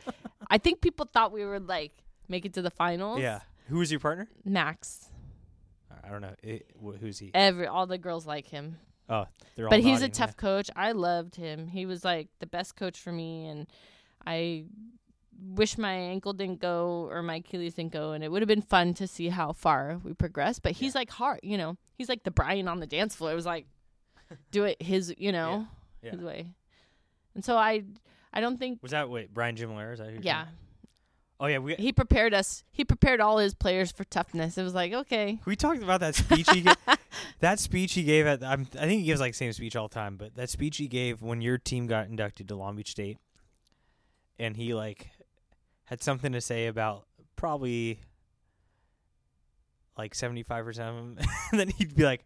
S5: I think people thought we would like make it to the finals.
S3: Yeah. Who was your partner? Uh,
S5: Max.
S3: I don't know. It, wh- who's he?
S5: Every all the girls like him.
S3: Oh, they're all.
S5: Eh, but he's a
S3: nodding,
S5: tough
S3: yeah.
S5: coach. I loved him. He was like the best coach for me, and I wish my ankle didn't go or my Achilles didn't go, and it would have been fun to see how far we progressed. But he's like hard, you know. He's like the Brian on the dance floor. It was like do it his, you know,
S3: Yeah.
S5: his way. And so I, I don't think,
S3: Was that wait Brian Jimler? Is that who? you're
S5: yeah,
S3: talking about? Oh yeah, we
S5: he prepared us. He prepared all his players for toughness. It was like okay,
S3: we talked about that speech. he gave, That speech he gave at I'm, I think he gives like the same speech all the time, but that speech he gave when your team got inducted to Long Beach State, and he like had something to say about probably like seventy five percent of them, and then he'd be like,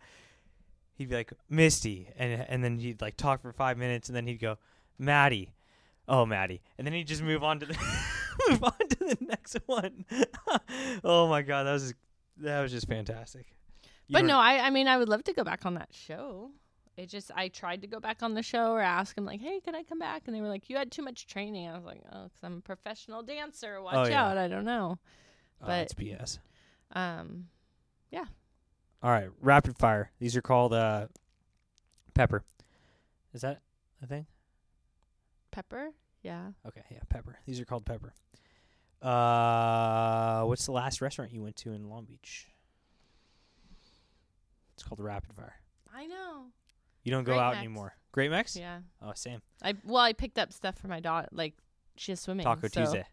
S3: he'd be like Misty, and and then he'd like talk for five minutes, and then he'd go Maddie, oh Maddie, and then he'd just move on to the move on to the next one. oh my god, that was just, that was just fantastic. You
S5: but
S3: don't-
S5: no, I, I mean, I would love to go back on that show. It just, I tried to go back on the show or ask him, like, hey, can I come back? And they were like, you had too much training. I was like, oh, because I'm a professional dancer. Watch
S3: Oh, yeah.
S5: out. I don't know.
S3: Oh,
S5: but-
S3: it's BS.
S5: Um,
S3: All right, rapid fire. These are called uh, pepper. Is that a thing?
S5: Pepper? Yeah.
S3: Okay, yeah, pepper. These are called pepper. Uh, what's the last restaurant you went to in Long Beach? It's called rapid fire.
S5: I know.
S3: You don't go
S5: Great
S3: out
S5: Mex.
S3: anymore. Great Mex?
S5: Yeah.
S3: Oh, same.
S5: I Well, I picked up stuff for my daughter. Like, she has swimming.
S3: Taco
S5: so
S3: Tuesday.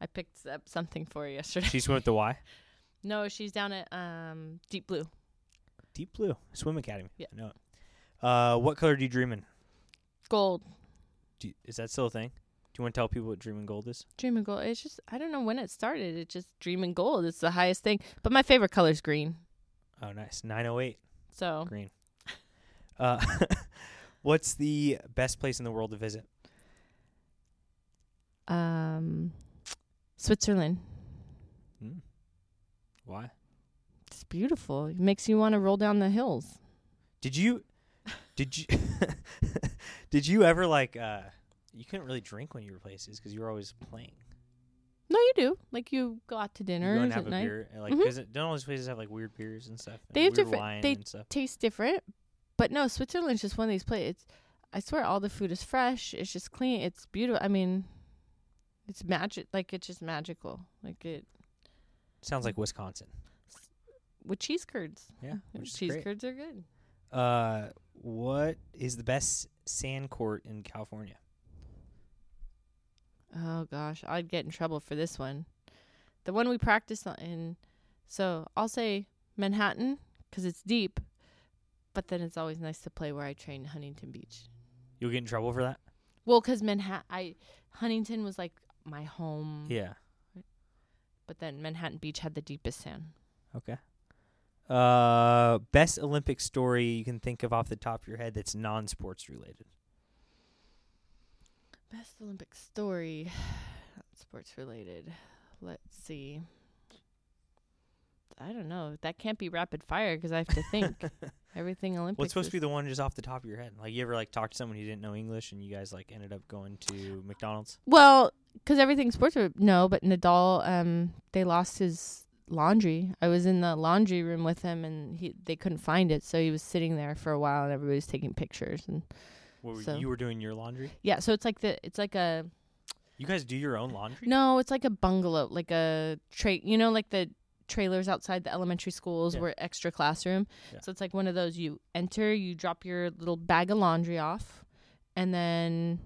S5: I picked up something for her yesterday.
S3: She swim with the Y.
S5: no, she's down at um Deep Blue.
S3: Deep Blue Swim Academy.
S5: Yeah.
S3: I know it. Uh, what color do you dream in?
S5: Gold.
S3: Do you, is that still a thing? Do you want to tell people what Dream and Gold is?
S5: Dream and gold. It's just I don't know when it started. It's just dream and gold. It's the highest thing. But my favorite color is green.
S3: Oh, nice. 908
S5: So
S3: green. Uh, what's the best place in the world to visit?
S5: um, Switzerland.
S3: Hmm. Why?
S5: It's beautiful. It makes you want to roll down the hills.
S3: Did you did you did you ever like uh you couldn't really drink when you were places because you were always playing.
S5: No, you do. Like you go out to
S3: You go
S5: dinners
S3: and
S5: at
S3: have a
S5: night.
S3: beer, and, like
S5: Mhm.
S3: 'cause it- don't all these places have like weird beers and stuff? and
S5: They have
S3: weird
S5: different-
S3: wine
S5: they-
S3: and stuff.
S5: Tastes different, but no, Switzerland's just one of these places. I swear, all the food is fresh. It's just clean. It's beautiful. I mean, it's magic. Like it's just magical. Like it
S3: Sounds like Wisconsin.
S5: with cheese curds.
S3: Yeah, which is
S5: cheese
S3: great.
S5: curds are good.
S3: Uh, what is the best sand court in California?
S5: Oh gosh, I'd get in trouble for this one. The one we practice on in. So I'll say Manhattan because it's deep, but then it's always nice to play where I train Huntington Beach.
S3: You'll get in trouble for that.
S5: Well, 'cause Manhattan, I Huntington was like my home,
S3: Yeah.
S5: but then Manhattan Beach had the deepest sand.
S3: Okay. Uh, best Olympic story you can think of off the top of your head that's non-sports related.
S5: Best Olympic story, not sports related. Let's see. I don't know. That can't be rapid fire 'cause I have to think. Everything Olympic.
S3: What's supposed to be the one just off the top of your head? Like you ever like talked to someone who didn't know English and you guys like ended up going to McDonald's?
S5: Well, 'cause everything's sports. were- No, but Nadal, um, they lost his laundry. I was in the laundry room with him, and he they couldn't find it, so he was sitting there for a while, and everybody was taking pictures. And
S3: Where
S5: So-
S3: you were doing your laundry?
S5: yeah, so it's like the it's like a
S3: You guys do your own laundry?
S5: no, it's like a bungalow, like a tray. You know, like the trailers outside the elementary schools
S3: Yeah.
S5: were extra classroom.
S3: Yeah.
S5: So it's like one of those. You enter, you drop your little bag of laundry off, and then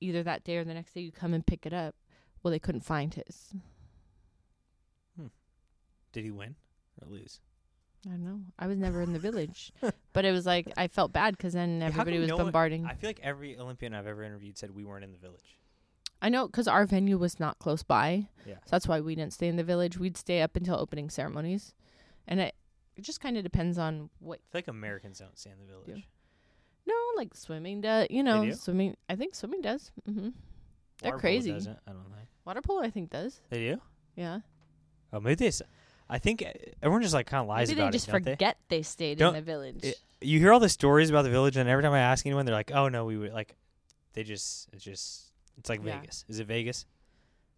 S5: either that day or the next day you come and pick it up. Well, they couldn't find his.
S3: Did he win or lose?
S5: I don't know. I was never in the village, but it was like I felt bad because then
S3: Yeah, how
S5: everybody
S3: come
S5: was
S3: no one-
S5: bombarding.
S3: I feel like every Olympian I've ever interviewed said we weren't in the village.
S5: I know because our venue was not close by,
S3: Yeah.
S5: so that's why we didn't stay in the village. We'd stay up until opening ceremonies, and it it just kind of depends on what.
S3: I feel like Americans don't stay in the village.
S5: No, like swimming does. You know,
S3: do?
S5: swimming. I think swimming does. Mm-hmm. They're
S3: Water polo
S5: crazy.
S3: doesn't, I don't think
S5: Water polo, I think does.
S3: they do.
S5: Yeah,
S3: Oh, maybe this. I think uh, everyone just like kind of lies
S5: maybe they
S3: about
S5: just
S3: it. don't they?
S5: forget they, stayed
S3: Don't-
S5: in the village.
S3: it- you hear all the stories about the village, and every time I ask anyone, they're like, "Oh no, we would like." They just it's just it's like
S5: Yeah.
S3: Vegas. Is it Vegas?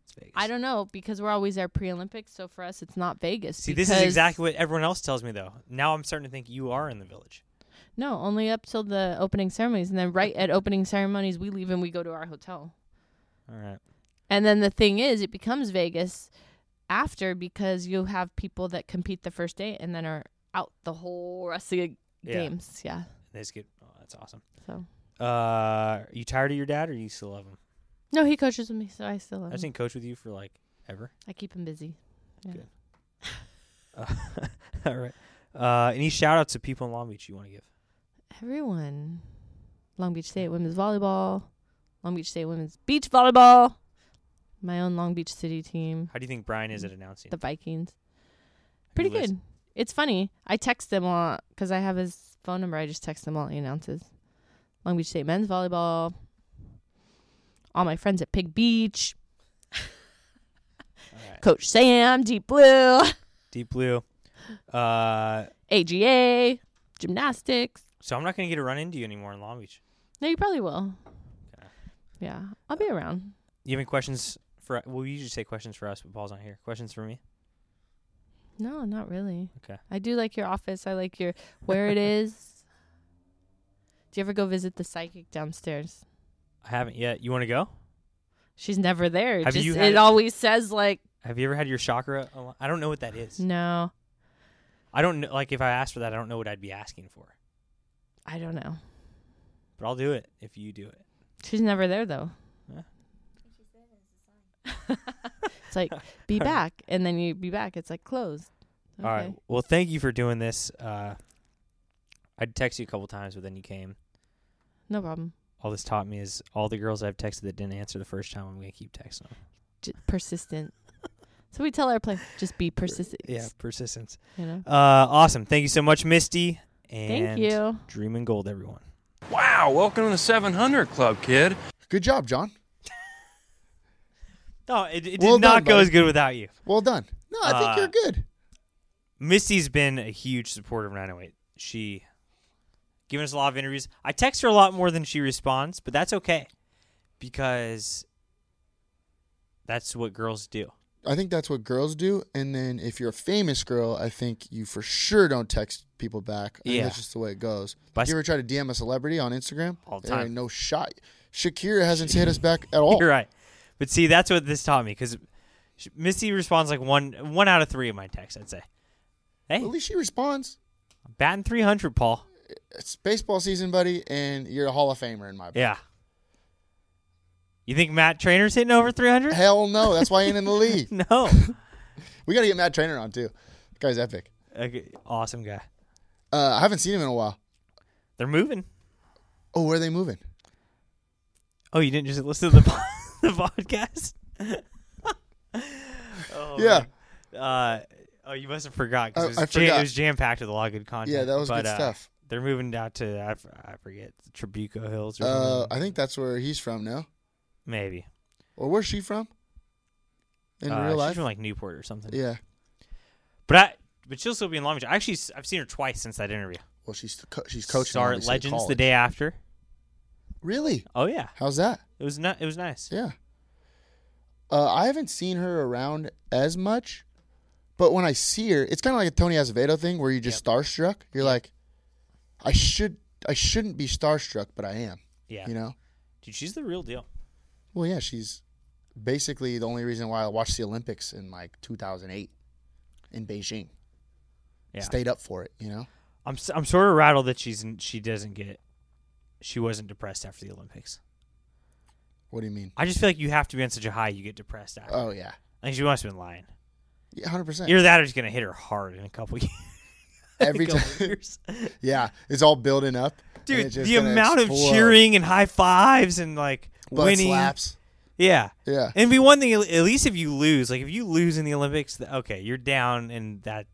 S3: It's Vegas.
S5: I don't know because we're always there pre-Olympics, so for us it's not Vegas.
S3: see. This is
S5: because-
S3: exactly what everyone else tells me though. Now I'm starting to think you are in the village.
S5: No, only up till the opening ceremonies, and then right at opening ceremonies, we leave and we go to our hotel.
S3: All right.
S5: And then the thing is, it becomes Vegas after because you have people that compete the first day and then are out the whole rest of the
S3: Yeah.
S5: games. Yeah.
S3: That's good. Oh, that's awesome.
S5: So
S3: Uh, are you tired of your dad, or you still love him?
S5: no, he coaches with me, so I still love
S3: I've
S5: him.
S3: seen coach with you for like ever.
S5: I keep him busy. Yeah.
S3: Good. Uh, all right. Uh, any shout outs to people in Long Beach you want to give?
S5: Everyone, Long Beach State women's volleyball, Long Beach State women's beach volleyball, my own Long Beach City team,
S3: How do you think Brian is at announcing?
S5: the Vikings.
S3: Who
S5: pretty
S3: lives-
S5: good. It's funny. I text them all because I have his phone number. I just text them all he announces. Long Beach State men's volleyball. All my friends at Pig Beach.
S3: All right.
S5: Coach Sam, Deep Blue,
S3: Deep Blue. Uh,
S5: AGA, gymnastics.
S3: so I'm not gonna get to run into you anymore in Long Beach.
S5: No, you probably will.
S3: Okay.
S5: Yeah, I'll be around.
S3: You have any questions for? Well, we usually say questions for us, but Paul's not here. Questions for me?
S5: No, not really.
S3: Okay.
S5: I do like your office. I like your where it is. Do you ever go visit the psychic downstairs?
S3: I haven't yet. You want to go?
S5: She's never there. It
S3: Have
S5: just,
S3: you had-
S5: it always says like
S3: Have you ever had your chakra? al- I don't know what that is.
S5: no.
S3: I don't know. Like if I asked for that, I don't know what I'd be asking for.
S5: I don't know.
S3: But I'll do it if you do it.
S5: She's never there though.
S3: Yeah.
S5: it's like be back, and then you be back. It's like closed.
S3: All right. Well, thank you for doing this. Uh, I texted you a couple times, but then you came.
S5: no problem.
S3: all this taught me is all the girls I've texted that didn't answer the first time, I'm gonna keep texting them.
S5: J- persistent. so we tell our players just be persistent.
S3: Yeah, persistence.
S5: You know.
S3: Uh, awesome. Thank you so much, Misty. And
S5: Thank you.
S3: Dream and gold, everyone.
S4: Wow, welcome to the 700 Club, kid.
S2: Good job, John.
S3: No, it, it did
S2: Well done,
S3: not go
S2: buddy.
S3: as good without you.
S2: Well done. No, I think
S3: Uh,
S2: you're good.
S3: Misty's been a huge supporter of 908. She given us a lot of interviews. I text her a lot more than she responds, but that's okay because that's what girls do.
S2: I think that's what girls do. And then if you're a famous girl, I think you for sure don't text people back. I think
S3: Yeah.
S2: that's just the way it goes.
S3: But I
S2: If you
S3: s-
S2: ever try to DM a celebrity on Instagram,
S3: All the
S2: there
S3: time.
S2: ain't no shot. Shakira hasn't hit us back at all.
S3: You're right, but see, that's what this taught me because Misty responds like one one out of three of my texts. I'd say, "Hey,
S2: At least she responds.
S3: batting 300, Paul."
S2: It's baseball season, buddy, and you're a Hall of Famer in my book.
S3: Yeah. You think Matt Trainer's hitting over 300?
S2: Hell no, that's why he ain't in the league.
S3: No.
S2: We got to get Matt Trainer on too. That guy's epic.
S3: okay, awesome guy.
S2: Uh, I haven't seen him in a while.
S3: They're moving.
S2: Oh, where are they moving?
S3: Oh, you didn't just listen to the, po- the podcast? Oh,
S2: yeah,
S3: Uh, oh, you must have forgot because
S2: I-
S3: it was,
S2: I
S3: jam-
S2: forgot.
S3: it was jam packed with a lot of good content.
S2: yeah, that was
S3: But,
S2: good
S3: uh,
S2: stuff.
S3: They're moving out to I, f- I forget Tribuco Hills or
S2: Uh,
S3: something.
S2: I think that's where he's from now,
S3: maybe
S2: or where's she from? In
S3: Uh,
S2: real
S3: she's
S2: life,
S3: from like Newport or something.
S2: yeah.
S3: But I but she'll still be in Long Beach. I actually s- I've seen her twice since that interview.
S2: Well, she's the co- she's coaching.
S3: Star at
S2: obviously,
S3: Legends the
S2: college.
S3: day after.
S2: Really?
S3: Oh yeah,
S2: How's that?
S3: it was not. It was nice.
S2: Yeah. Uh, I haven't seen her around as much, but when I see her, it's kind of like a Tony Azevedo thing where you're just starstruck. You're like, I should I shouldn't be starstruck, but I am.
S3: Yeah,
S2: You know?
S3: dude, she's the real deal.
S2: Well, yeah, she's basically the only reason why I watched the Olympics in like 2008 in Beijing.
S3: Yeah.
S2: Stayed up for it, you know.
S3: I'm s- I'm sort of rattled that she's n- she doesn't get she wasn't depressed after the Olympics.
S2: What do you mean?
S3: I just feel like you have to be on such a high you get depressed after.
S2: Oh yeah,
S3: I think she must have been lying.
S2: yeah, hundred percent.
S3: Either that or she's gonna hit her hard in a couple years.
S2: Every
S3: couple
S2: time,
S3: years.
S2: yeah, it's all building up. and
S3: dude.
S2: it's just
S3: The
S2: gonna
S3: amount
S2: explode.
S3: of cheering and high fives and like
S2: butt
S3: winning,
S2: slaps.
S3: yeah,
S2: Yeah,
S3: and be one thing. At least if you lose, like if you lose in the Olympics, th- okay, you're down and that.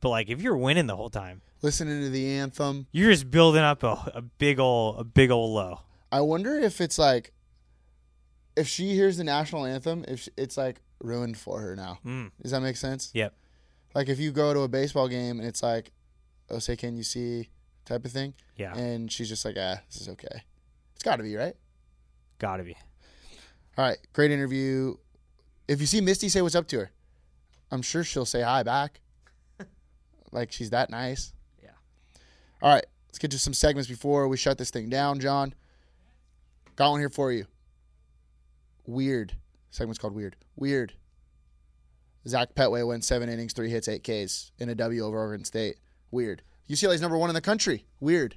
S3: But like if you're winning the whole time,
S2: listening to the anthem.
S3: you're just building up a, a big ol' a big ol' low.
S2: I wonder if it's like, if she hears the national anthem, if sh it's like ruined for her now.
S3: Mm.
S2: Does that make sense?
S3: Yep.
S2: Like if you go to a baseball game and it's like, "Oh, say can you see?" type of thing,
S3: Yeah.
S2: and she's just like, "Ah, this is okay." It's got to be right.
S3: Gotta be.
S2: All right, great interview. If you see Misty, say what's up to her. I'm sure she'll say hi back. like she's that nice.
S3: Yeah.
S2: All right, let's get to some segments before we shut this thing down, John. Got one here for you. Weird. Segment's called Weird. Weird. Zach Petway went seven innings, three hits, eight Ks in a W over Oregon State. Weird. UCLA's number one in the country. Weird.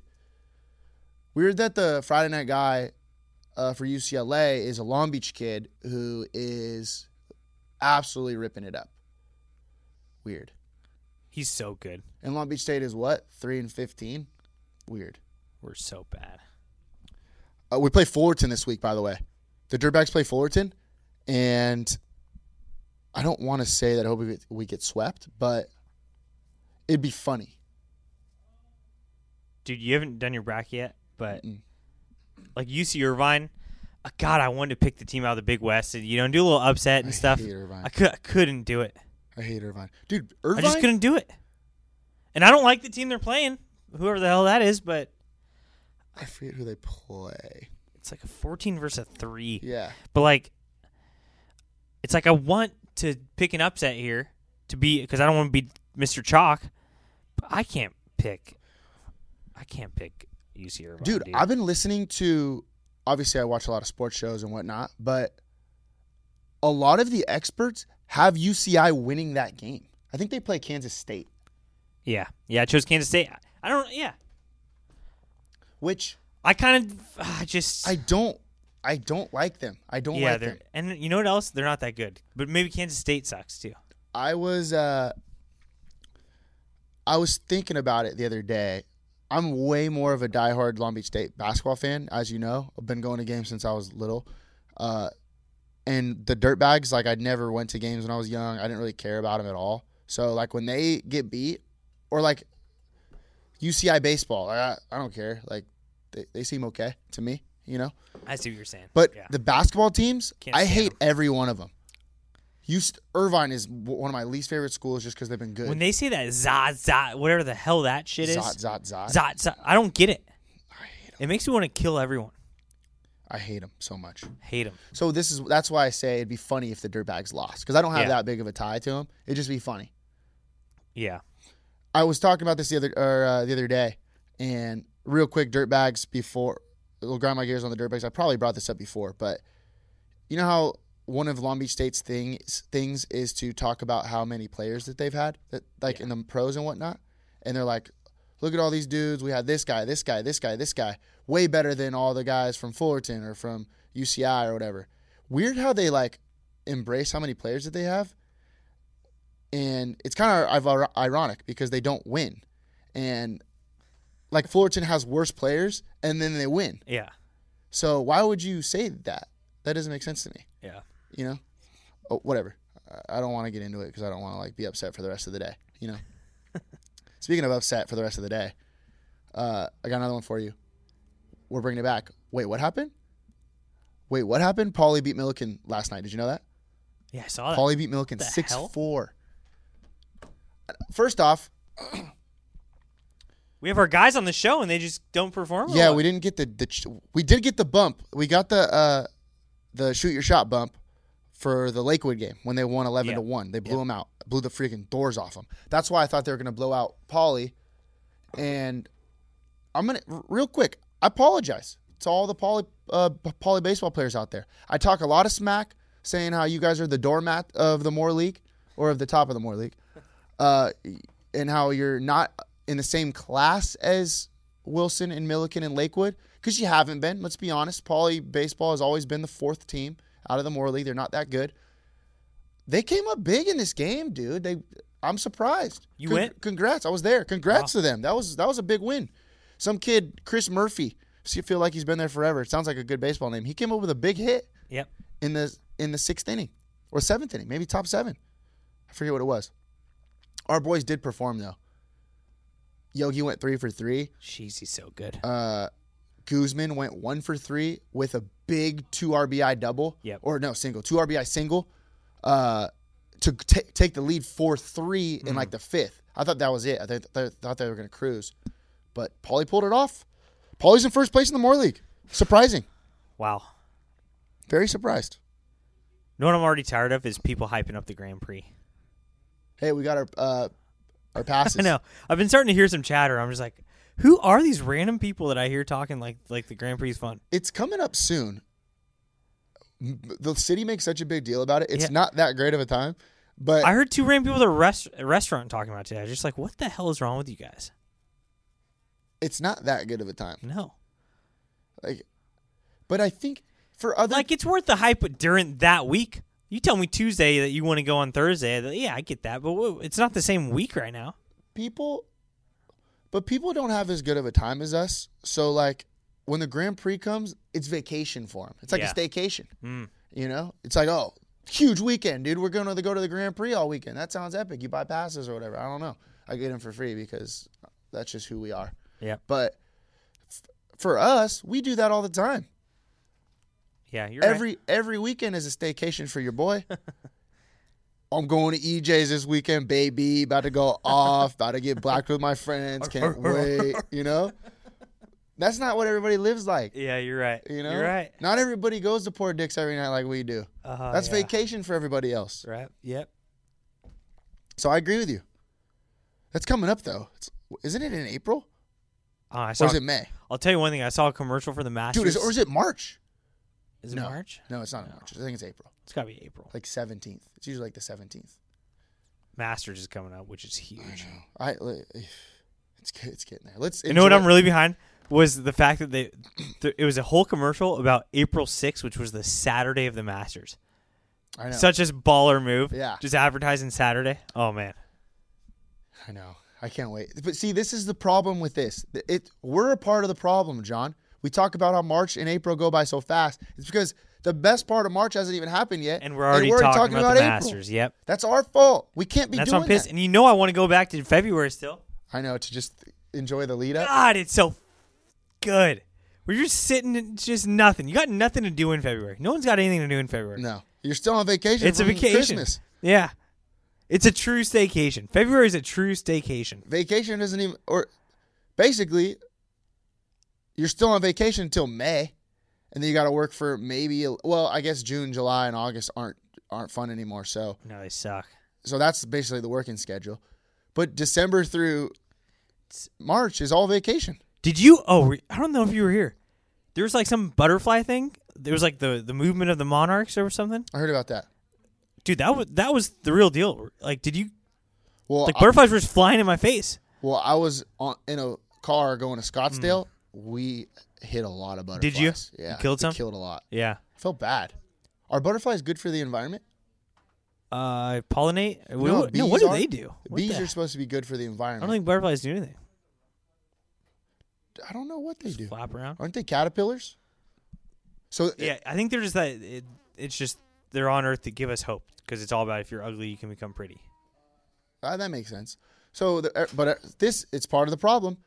S2: Weird that the Friday night guy uh, for UCLA is a Long Beach kid who is absolutely ripping it up. Weird.
S3: He's so good.
S2: And Long Beach State is what? 3 and 15? Weird.
S3: We're so bad.
S2: Uh, we play Fullerton this week, by the way. The Dirtbags play Fullerton, and I don't want to say that I hope we get, we get swept, but it'd be funny.
S3: dude, you haven't done your bracket yet, but like UC Irvine, uh, God, I wanted to pick the team out of the Big West and you know do a little upset and
S2: I
S3: stuff.
S2: hate Irvine.
S3: I could I couldn't do it.
S2: I hate Irvine, dude. Irvine.
S3: I just couldn't do it. And I don't like the team they're playing, whoever the hell that is, but
S2: I forget who they play.
S3: it's like a fourteen versus a three.
S2: Yeah,
S3: But like, it's like I want to pick an upset here to be because I don't want to be Mr. Chalk, but I can't pick. I can't pick UC Irvine,
S2: dude,
S3: dude.
S2: I've been listening to. Obviously, I watch a lot of sports shows and whatnot, but a lot of the experts have UCI winning that game. I think they play Kansas State,
S3: yeah, yeah. I chose Kansas State. I- I don't. Yeah,
S2: which
S3: I kind of uh, just
S2: I don't. I don't like them. I don't
S3: yeah,
S2: like
S3: they're
S2: them.
S3: and you know what else? They're not that good. But maybe Kansas State sucks too.
S2: I was uh I was thinking about it the other day. I'm way more of a diehard Long Beach State basketball fan, as you know. I've been going to games since I was little. Uh, and the Dirtbags, like I never went to games when I was young. I didn't really care about them at all. So like when they get beat, or like UCI baseball, like, I, I don't care. Like they, they seem okay to me, you know.
S3: I see what you're saying.
S2: But
S3: yeah.
S2: the basketball teams,
S3: Can't
S2: I
S3: stand
S2: hate every one of them. Houston, Irvine is w- one of my least favorite schools just because they've been good.
S3: when they say that zot zot, whatever the hell that shit is,
S2: zot, zot, zot,
S3: zot zot, I don't get it. It makes me want to kill everyone.
S2: I hate them so much.
S3: Hate them.
S2: So this is that's why I say it'd be funny if the Dirtbags lost because I don't have
S3: Yeah.
S2: that big of a tie to them. It'd just be funny.
S3: Yeah.
S2: I was talking about this the other or, uh, the other day, and real quick, Dirtbags before we'll grind my gears on the Dirtbags. I probably brought this up before, but you know how one of Long Beach State's things things is to talk about how many players that they've had that like in the pros and whatnot, and they're like, look at all these dudes. We had this guy, this guy, this guy, this guy, way better than all the guys from Fullerton or from UCI or whatever. Weird how they like embrace how many players that they have and it's kind of ironic because they don't win, and like Fullerton has worse players, and then they win.
S3: Yeah.
S2: So why would you say that? That doesn't make sense to me.
S3: Yeah.
S2: You know, oh, whatever. I- I don't want to get into it because I don't want to like be upset for the rest of the day. You know. Speaking of upset for the rest of the day, uh, I got another one for you. We're bringing it back. Wait, what happened? Wait, what happened? Paulie beat Milliken last night. Did you know that?
S3: Yeah. I saw that.
S2: Paulie beat Milliken
S3: the
S2: six
S3: hell?
S2: four. Uh, First off,
S3: we have our guys on the show and they just don't perform. or
S2: yeah,
S3: what?
S2: we didn't get the, the ch- we did get the bump. We got the uh, the shoot your shot bump for the Lakewood game when they won eleven to
S3: Yeah.
S2: one. They blew them out, blew the freaking doors off them. That's why I thought they were gonna blow out Paulie. And I'm gonna r- real quick. I apologize to all the Pauly uh, Pauly baseball players out there. I talk a lot of smack, saying how you guys are the doormat of the Moore League or of the top of the Moore League, uh, and how you're not in the same class as Wilson and Milliken and Lakewood because you haven't been. Let's be honest. Pauly baseball has always been the fourth team out of the Moore League. They're not that good. They came up big in this game, dude. They, I'm surprised.
S3: You went?
S2: Congrats! I was there. Congrats to them. That was that was a big win. Some kid, Chris Murphy. So you feel like he's been there forever. It sounds like a good baseball name. He came up with a big hit
S3: Yep.
S2: in the in the sixth inning or seventh inning, maybe top seven. I forget what it was. Our boys did perform though. Yogi went three for three.
S3: Jeez, he's so good.
S2: Uh, Guzman went one for three with a big two RBI double.
S3: Yep.
S2: Or no, single. Two RBI single uh, to t- take the lead 4 3
S3: Mm-hmm.
S2: in like the fifth. I thought that was it. I th- th- thought they were going to cruise. But Paulie pulled it off. Paulie's in first place in the Moore League. Surprising.
S3: wow.
S2: Very surprised.
S3: You know what I'm already tired of is people hyping up the Grand Prix.
S2: Hey, we got our uh, our passes.
S3: I know. I've been starting to hear some chatter. I'm just like, who are these random people that I hear talking like like the Grand Prix is fun?
S2: It's coming up soon. M- The city makes such a big deal about it. It's
S3: Yeah.
S2: not that great of a time, but
S3: I heard two random people at a rest- a restaurant talking about it today. I was just like, what the hell is wrong with you guys?
S2: it's not that good of a time.
S3: No.
S2: Like, but I think for other
S3: Like it's worth the hype but during that week. You tell me Tuesday that you want to go on Thursday. I'd- Yeah, I get that, but whoa, it's not the same week right now.
S2: people, but people don't have as good of a time as us. So like, when the Grand Prix comes, it's vacation for them. It's like
S3: Yeah. Mm.
S2: a staycation. You know, it's like oh, huge weekend, dude. We're going to go to the Grand Prix all weekend. That sounds epic. You buy passes or whatever. I don't know. I get them for free because that's just who we are.
S3: Yeah.
S2: But f- for us, we do that all the time.
S3: Yeah, you're right.
S2: every every weekend is a staycation for your boy. I'm going to EJ's this weekend, baby. About to go off. About to get blacked with my friends. Can't wait. You know, that's not what everybody lives like.
S3: Yeah, you're right.
S2: You know,
S3: You're right.
S2: Not everybody goes to Poor Dick's every night like we do.
S3: Uh,
S2: that's
S3: yeah.
S2: vacation for everybody else.
S3: Right. Yep.
S2: So I agree with you. That's coming up though. It's, isn't it in April
S3: Oh, I saw,
S2: or is it May?
S3: I'll tell you one thing. I saw a commercial for the Masters.
S2: Dude, is, or is it March?
S3: Is it
S2: no.
S3: March?
S2: No, it's not in March. I think it's April,
S3: It's got to be April.
S2: like 17th. It's usually like the 17th.
S3: Masters is coming up, which is huge.
S2: I li- it's get- it's getting there. Let's.
S3: You know what
S2: enjoy-
S3: I'm really behind was the fact that they th- it was a whole commercial about April 6th, which was the Saturday of the Masters.
S2: I know.
S3: Such as baller move.
S2: Yeah.
S3: Just advertising Saturday. Oh man.
S2: I know. I can't wait. But see, this is the problem with this. Th- It we're a part of the problem, John. We talk about how March and April go by so fast. It's because the best part of March hasn't even happened yet,
S3: And we're already talking, about, the Masters. Yep.
S2: That's our fault. We can't be
S3: That's why
S2: doing
S3: I'm pissed.
S2: that.
S3: And you know I want to go back to February still.
S2: I know to just enjoy the lead up.
S3: God, it's so good. We're just sitting and just nothing. You got nothing to do in February. No one's got anything to do in February.
S2: No, you're still on vacation.
S3: It's a
S2: from
S3: vacation.
S2: Christmas
S3: Yeah. It's a true staycation. February is a true staycation.
S2: vacation isn't even or basically you're still on vacation until May, and then you got to work for maybe well, I guess June, July, and August aren't aren't fun anymore. So
S3: No, they suck.
S2: so that's basically the working schedule. But December through March is all vacation.
S3: Did you? Oh, were- I don't know if you were here. There was like some butterfly thing. There was like the the movement of the monarchs or something.
S2: I heard about that.
S3: Dude, that was that was the real deal. Like, did you?
S2: Well,
S3: Like
S2: I-
S3: butterflies were just flying in my face.
S2: well, I was on, in a car going to Scottsdale. We hit a lot of butterflies.
S3: Hmm. Did you? You
S2: Yeah,
S3: killed
S2: we
S3: some?
S2: Killed a lot.
S3: Yeah.
S2: I felt bad. Are butterflies good for the environment?
S3: Uh, pollinate. No, no what
S2: bees
S3: do
S2: are-
S3: they do? What
S2: bees
S3: the-
S2: are supposed to be good for the
S3: I
S2: environment.
S3: don't think butterflies do anything.
S2: I don't know what they do.
S3: Flap around.
S2: Aren't they caterpillars? So
S3: Yeah, I think they're just that. It, it's just they're on Earth to give us hope because it's all about if you're ugly, you can become pretty.
S2: Uh, that makes sense. So, the, er, but uh, this it's part of the problem.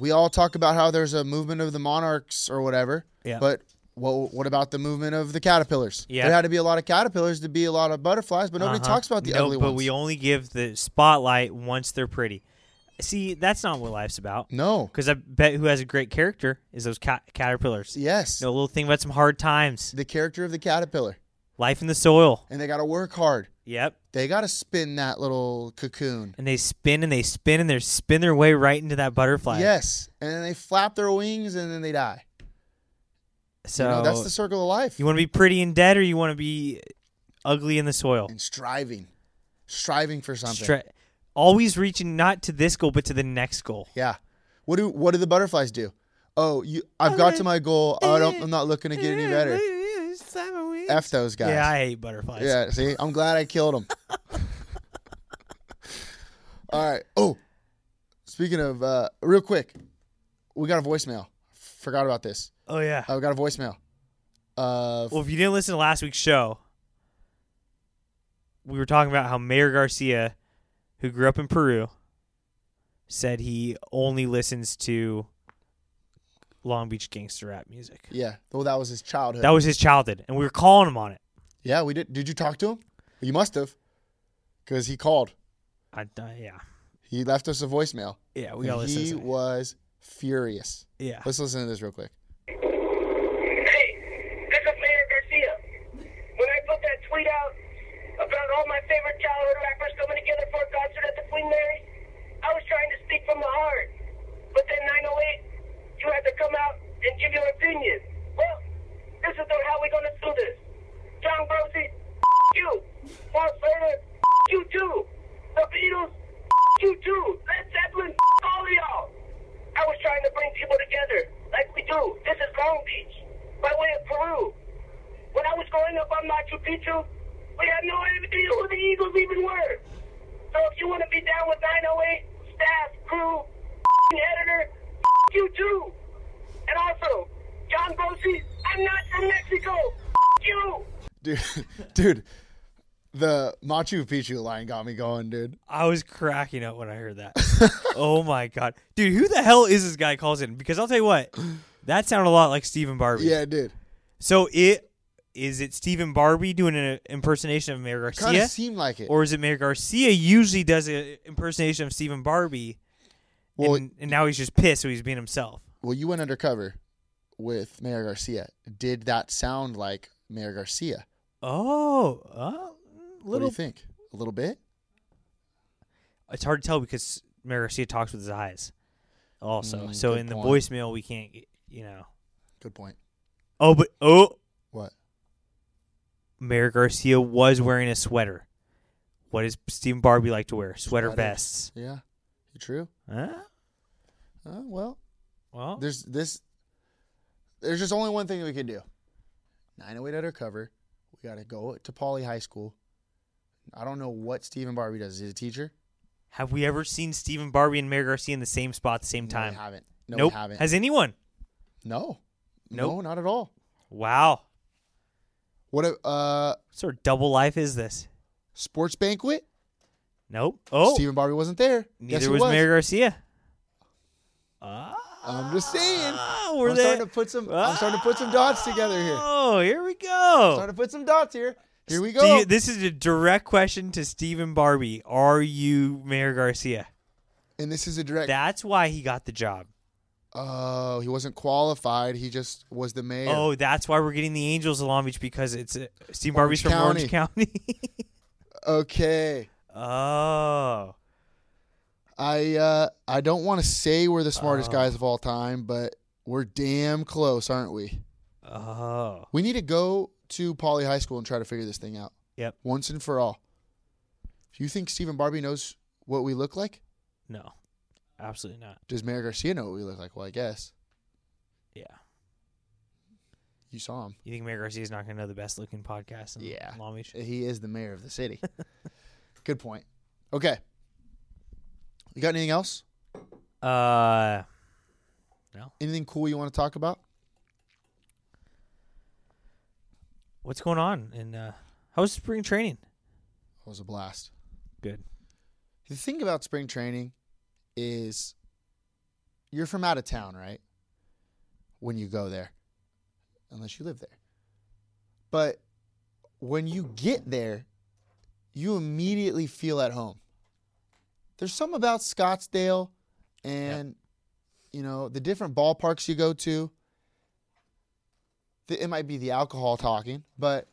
S2: We all talk about how there's a movement of the monarchs or whatever.
S3: Yeah.
S2: But what what about the movement of the caterpillars?
S3: Yeah.
S2: There had to be a lot of caterpillars to be a lot of butterflies, but nobody
S3: Uh-huh.
S2: talks about the
S3: no,
S2: ugly
S3: but
S2: ones.
S3: we only give the spotlight once they're pretty. See, that's not what life's about.
S2: no.
S3: Because I bet who has a great character is those ca- caterpillars.
S2: Yes.
S3: You know, a little thing about some hard times,
S2: The character of the caterpillar,
S3: life in the soil.
S2: and they got to work hard.
S3: Yep.
S2: They got to spin that little cocoon.
S3: And they spin and they spin and they spin their way right into that butterfly.
S2: Yes, and then they flap their wings and then they die. you
S3: So
S2: know, that's the circle of life.
S3: you want to be pretty and dead, or you want to be ugly in the soil.
S2: and striving, striving for something.
S3: Stre- always reaching not to this goal, but to the next goal.
S2: Yeah. What do what do the butterflies do? Oh, you I've got to my goal. I don't, I'm not looking to get any better. F those guys.
S3: Yeah, I hate butterflies.
S2: yeah. See, I'm glad I killed them. All right. Oh, speaking of, uh, real quick, we got a voicemail. Forgot about this.
S3: Oh yeah.
S2: I we got a voicemail. Uh,
S3: Well, if you didn't listen to last week's show, we were talking about how Mayor Garcia, who grew up in Peru, said he only listens to Long Beach gangster rap music.
S2: yeah. Well, that was his childhood.
S3: That was his childhood, and we were calling him on it.
S2: yeah. We did. Did you talk to him? You must have, because he called.
S3: I,
S2: uh,
S3: I- yeah,
S2: He left us a voicemail.
S3: yeah, we
S2: and
S3: all listen.
S2: he
S3: to it.
S2: was furious.
S3: yeah,
S2: Let's listen to this real quick.
S6: Hey, this is Mayor Garcia. When I put that tweet out about all my favorite childhood rappers coming together for a concert at the Queen Mary, I was trying to speak from the heart. But then 908, you had to come out and give your opinion. Well, this is the, how we're going to do this. John Grossi, you. Paul Slater, you too. The Beatles, you too. Led Zeppelin, all of y'all. I was trying to bring people together like we do. This is Long Beach, by way of Peru. When I was growing up on Machu Picchu, we had no idea who the Eagles even were. So if you want to be down with 908, staff, crew, editor, you too. And also, John Bosi, I'm not from Mexico. You.
S2: dude, dude, the Machu Picchu line got me going, dude.
S3: I was cracking up when I heard that. oh my god, dude, who the hell is this guy calls in? Because I'll tell you what, that sounded a lot like Stephen Barbie.
S2: Yeah, dude.
S3: So it is it Stephen Barbie doing an impersonation of Mayor Garcia,
S2: Kind of seemed like it.
S3: or is it Mayor Garcia usually does an impersonation of Stephen Barbie?
S2: well,
S3: and, and now he's just pissed, so he's being himself.
S2: well, you went undercover with Mayor Garcia. Did that sound like Mayor Garcia?
S3: Oh, uh,
S2: Little,
S3: little.
S2: what do you think? A little bit.
S3: It's hard to tell because Mayor Garcia talks with his eyes, also.
S2: Mm,
S3: so
S2: good
S3: in the
S2: point.
S3: voicemail, we can't, get- you know.
S2: Good point.
S3: Oh, but oh,
S2: What?
S3: Mayor Garcia was wearing a sweater. What does Stephen Barbie like to wear? Sweater
S2: Sweaters.
S3: vests.
S2: Yeah, you true.
S3: Huh?
S2: Uh, well,
S3: Well,
S2: there's this. There's just only one thing we can do. 908 undercover. We got to go to Pauley High School. I don't know what Stephen Barbie does. Is he a teacher?
S3: Have we ever seen Stephen Barbie and Mayor Garcia in the same spot at the same
S2: No, we
S3: time?
S2: haven't. No,
S3: nope.
S2: we haven't.
S3: Has anyone?
S2: no. No,
S3: Nope.
S2: not at all.
S3: Wow.
S2: What a uh,
S3: What sort of double life is this?
S2: sports banquet.
S3: Nope. Oh,
S2: Stephen Barbie wasn't there.
S3: neither
S2: yes, he
S3: was,
S2: was.
S3: Mayor Garcia.
S2: I'm just saying.
S3: Oh, we're
S2: I'm
S3: there.
S2: starting to put some. I'm starting to put some dots together here.
S3: Oh, here we go.
S2: Starting to put some dots here. Here we go.
S3: Do you- this is a direct question to Stephen Barbie. Are you Mayor Garcia?
S2: and this is a direct.
S3: That's why he got the job.
S2: Oh, he wasn't qualified. He just was the mayor.
S3: Oh, that's why we're getting the Angels of Long Beach because it's uh, Steve Barbie's from Orange County.
S2: Okay.
S3: oh,
S2: I uh, I don't want to say we're the smartest guys of all time, but we're damn close, aren't we?
S3: oh,
S2: We need to go to Poly High School and try to figure this thing out
S3: yep.
S2: once and for all. Do you think Stephen Barbie knows what we look like?
S3: No, absolutely not.
S2: Does Mayor Garcia know what we look like? Well, I guess
S3: Yeah,
S2: you saw him.
S3: you think Mayor Garcia's not going to know the best looking podcast in
S2: Yeah.
S3: Long Beach?
S2: He is the mayor of the city. Good point. Okay. You got anything else?
S3: Uh,
S2: Anything cool you want to talk about?
S3: what's going on? And uh, how's spring training?
S2: It was a blast.
S3: Good.
S2: The thing about spring training is you're from out of town, right? When you go there, unless you live there. But when you get there, you immediately feel at home. There's something about Scottsdale and, you know, the different ballparks you go to. Th- It might be the alcohol talking, but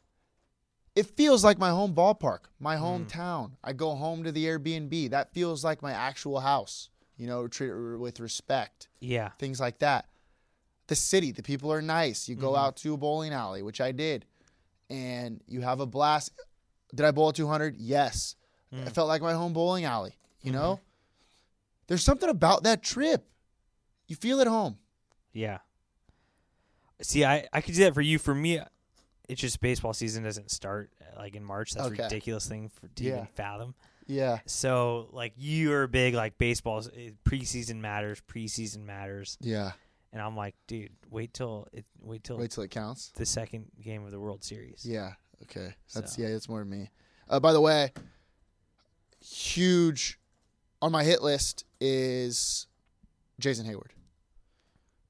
S2: it feels like my home ballpark, my hometown. I go home to the Airbnb. That feels like my actual house. You know, treat it r- with respect,
S3: Yeah,
S2: things like that. The city, the people are nice. You go out to a bowling alley, which I did, and you have a blast. Did I bowl at 200? Yes. It felt like my home bowling alley, you know? There's something about that trip. You feel at home.
S3: yeah. See, I I could do that for you. For me, it's just baseball season doesn't start uh, like in March. That's
S2: Okay.
S3: a ridiculous thing for, to
S2: Yeah.
S3: even fathom.
S2: Yeah.
S3: So like you're big like baseball preseason matters, preseason matters,
S2: Yeah.
S3: and I'm like, dude, wait till it, wait till
S2: Wait till it counts.
S3: the second game of the World Series.
S2: Yeah. Okay. That's
S3: So-
S2: yeah. That's more me. Uh, by the way, huge on my hit list is Jason Hayward,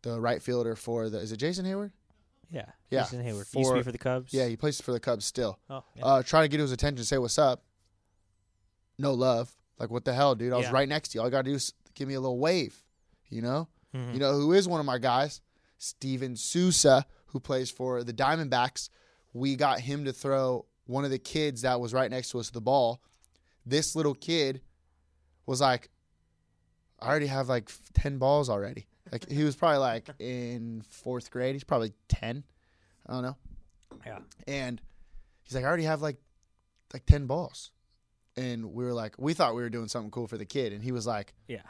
S2: the right fielder for the. Is it Jason Hayward?
S3: yeah,
S2: Yeah,
S3: Jason Hayward He used to be
S2: for-
S3: for the Cubs.
S2: Yeah, he plays for the Cubs still.
S3: Oh, yeah.
S2: Uh, try to get his attention. Say what's up. No love. Like what the hell, dude? I was
S3: Yeah.
S2: right next to you. All you gotta do is give me a little wave. You know.
S3: Mm-hmm.
S2: You know who is one of my guys? Steven Sousa, who plays for the Diamondbacks. We got him to throw one of the kids that was right next to us the ball. This little kid was like, I already have like 10 balls already. Like he was probably like in fourth grade. He's probably 10. I don't know
S3: yeah,
S2: and he's like, I already have like like ten balls. And we were like, we thought we were doing something cool for the kid, and he was like,
S3: yeah,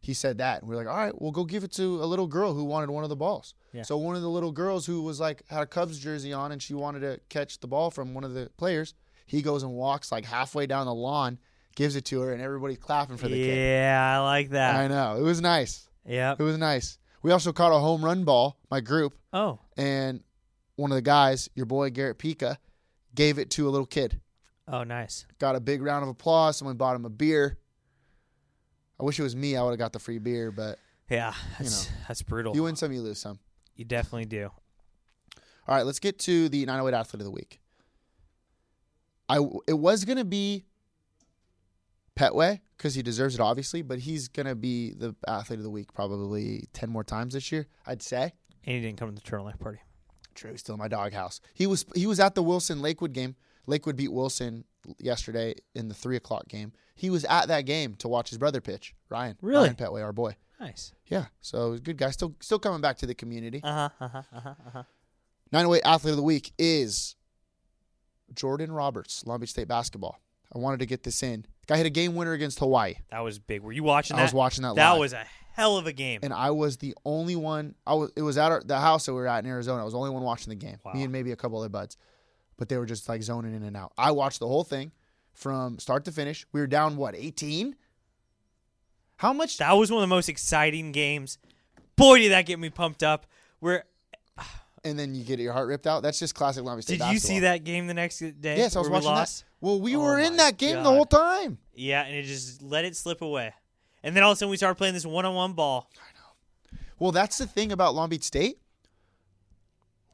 S2: he said that, and we are like, all right, we'll go give it to a little girl who wanted one of the balls.
S3: Yeah.
S2: So one of the little girls who was like had a Cubs jersey on, and she wanted to catch the ball from one of the players. He goes and walks like halfway down the lawn, gives it to her, and everybody's clapping for the kid.
S3: yeah. I like
S2: I
S3: that.
S2: know it was nice.
S3: Yeah.
S2: It was nice. We also caught a home run ball. My group
S3: Oh,
S2: and one of the guys, your boy Garrett Pika, gave it to a little kid.
S3: oh, nice.
S2: got a big round of applause. Someone bought him a beer. I wish it was me. I would have got the free beer, but
S3: Yeah, that's that's brutal.
S2: you
S3: You,
S2: win some, you lose some.
S3: definitely do.
S2: All right, let's get to the 908 athlete of the week. I it was gonna be Petway because he deserves it, obviously, but he's gonna be the athlete of the week probably ten more times this year. I'd say.
S3: And he didn't come to the Turtle Life party.
S2: True, still in my doghouse. He was he was at the Wilson Lakewood game. Lakewood beat Wilson yesterday in the three o'clock game. He was at that game to watch his brother pitch. Ryan,
S3: Really?
S2: Ryan Petway, our boy.
S3: Nice.
S2: Yeah, so he's a good guy. Still, still coming back to the community.
S3: Uh huh. Uh huh. Uh-huh.
S2: 908 athlete of the week is Jordan Roberts, Long Beach State basketball. I wanted to get this in. Guy hit a game winner against Hawaii,
S3: That was big. Were you watching?
S2: I
S3: that?
S2: was watching that
S3: That
S2: live.
S3: was a hell of a game.
S2: and I was the only one. I was. It was at our, the house that we were at in Arizona. I was the only one watching the game. Me and maybe a couple other buds, but they were just like zoning in and out. I watched the whole thing from start to finish. We were down what 18, How much?
S3: That was one of the most exciting games. Boy, did that get me pumped up. Where
S2: And then you get your heart ripped out. That's just classic Long Beach State
S3: did you see
S2: basketball.
S3: that game the next day?
S2: Yes, I was
S3: where we
S2: watching
S3: lost?
S2: that. Well, we
S3: Oh
S2: were in
S3: my
S2: that game the
S3: God.
S2: whole time.
S3: Yeah, and it just let it slip away. And then all of a sudden we started playing this one-on-one ball.
S2: Well, that's the thing about Long Beach State.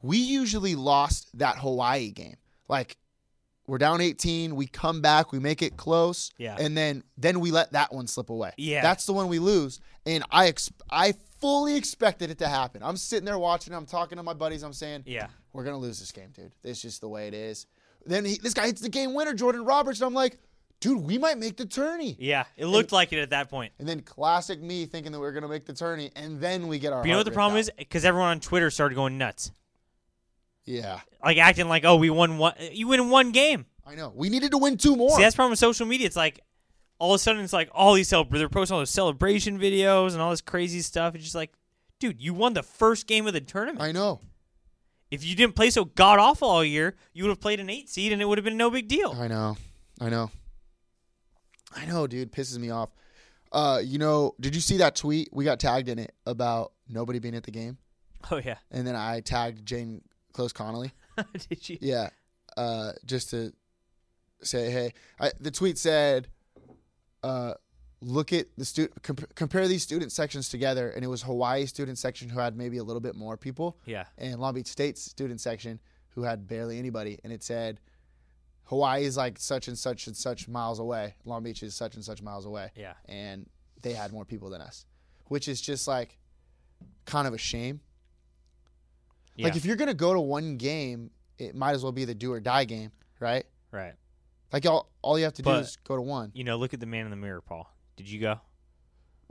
S2: We usually lost that Hawaii game. Like we're down 18, we come back, we make it close,
S3: Yeah.
S2: and then then we let that one slip away.
S3: Yeah.
S2: That's the one we lose, and I ex- I fully expected it to happen. I'm sitting there watching, I'm talking to my buddies, I'm saying,
S3: Yeah.
S2: we're going to lose this game, dude. It's just the way it is. Then he, this guy hits the game winner, Jordan Roberts, and I'm like, dude, we might make the tourney.
S3: Yeah, it looked like it at that point.
S2: And then classic me thinking that we are going to make the tourney, and then we get our.
S3: But you know
S2: heart
S3: what the
S2: ripped
S3: problem
S2: out.
S3: is? Because everyone on Twitter started going nuts,
S2: Yeah,
S3: like acting like, "Oh, we won one. You win one game."
S2: I know. We needed to win two more.
S3: See, that's the problem with social media. It's like all of a sudden, it's like all these cel- they're posting all those celebration videos and all this crazy stuff. It's just like, dude, you won the first game of the tournament.
S2: I know.
S3: if you didn't play so god awful all year, you would have played an eight seed and it would have been no big deal.
S2: I know. I know. I know, dude. Pisses me off. Uh, you know, did you see that tweet? We got tagged in it about nobody being at the game,
S3: Oh yeah,
S2: and then I tagged Jane Close Connolly.
S3: did you?
S2: Yeah. Uh, just to say, hey, I, the tweet said, uh, look at the student, comp- compare these student sections together. And it was Hawaii student section who had maybe a little bit more people.
S3: Yeah.
S2: And Long Beach State's student section who had barely anybody. And it said, Hawaii is like such and such and such miles away. Long Beach is such and such miles away.
S3: Yeah.
S2: And they had more people than us, which is just like kind of a shame. Like
S3: Yeah.
S2: if you're gonna go to one game, it might as well be the do or die game, right?
S3: Right.
S2: Like all all you have to do
S3: But-
S2: is go to one.
S3: You know, look at the man in the mirror, Paul. Did you go?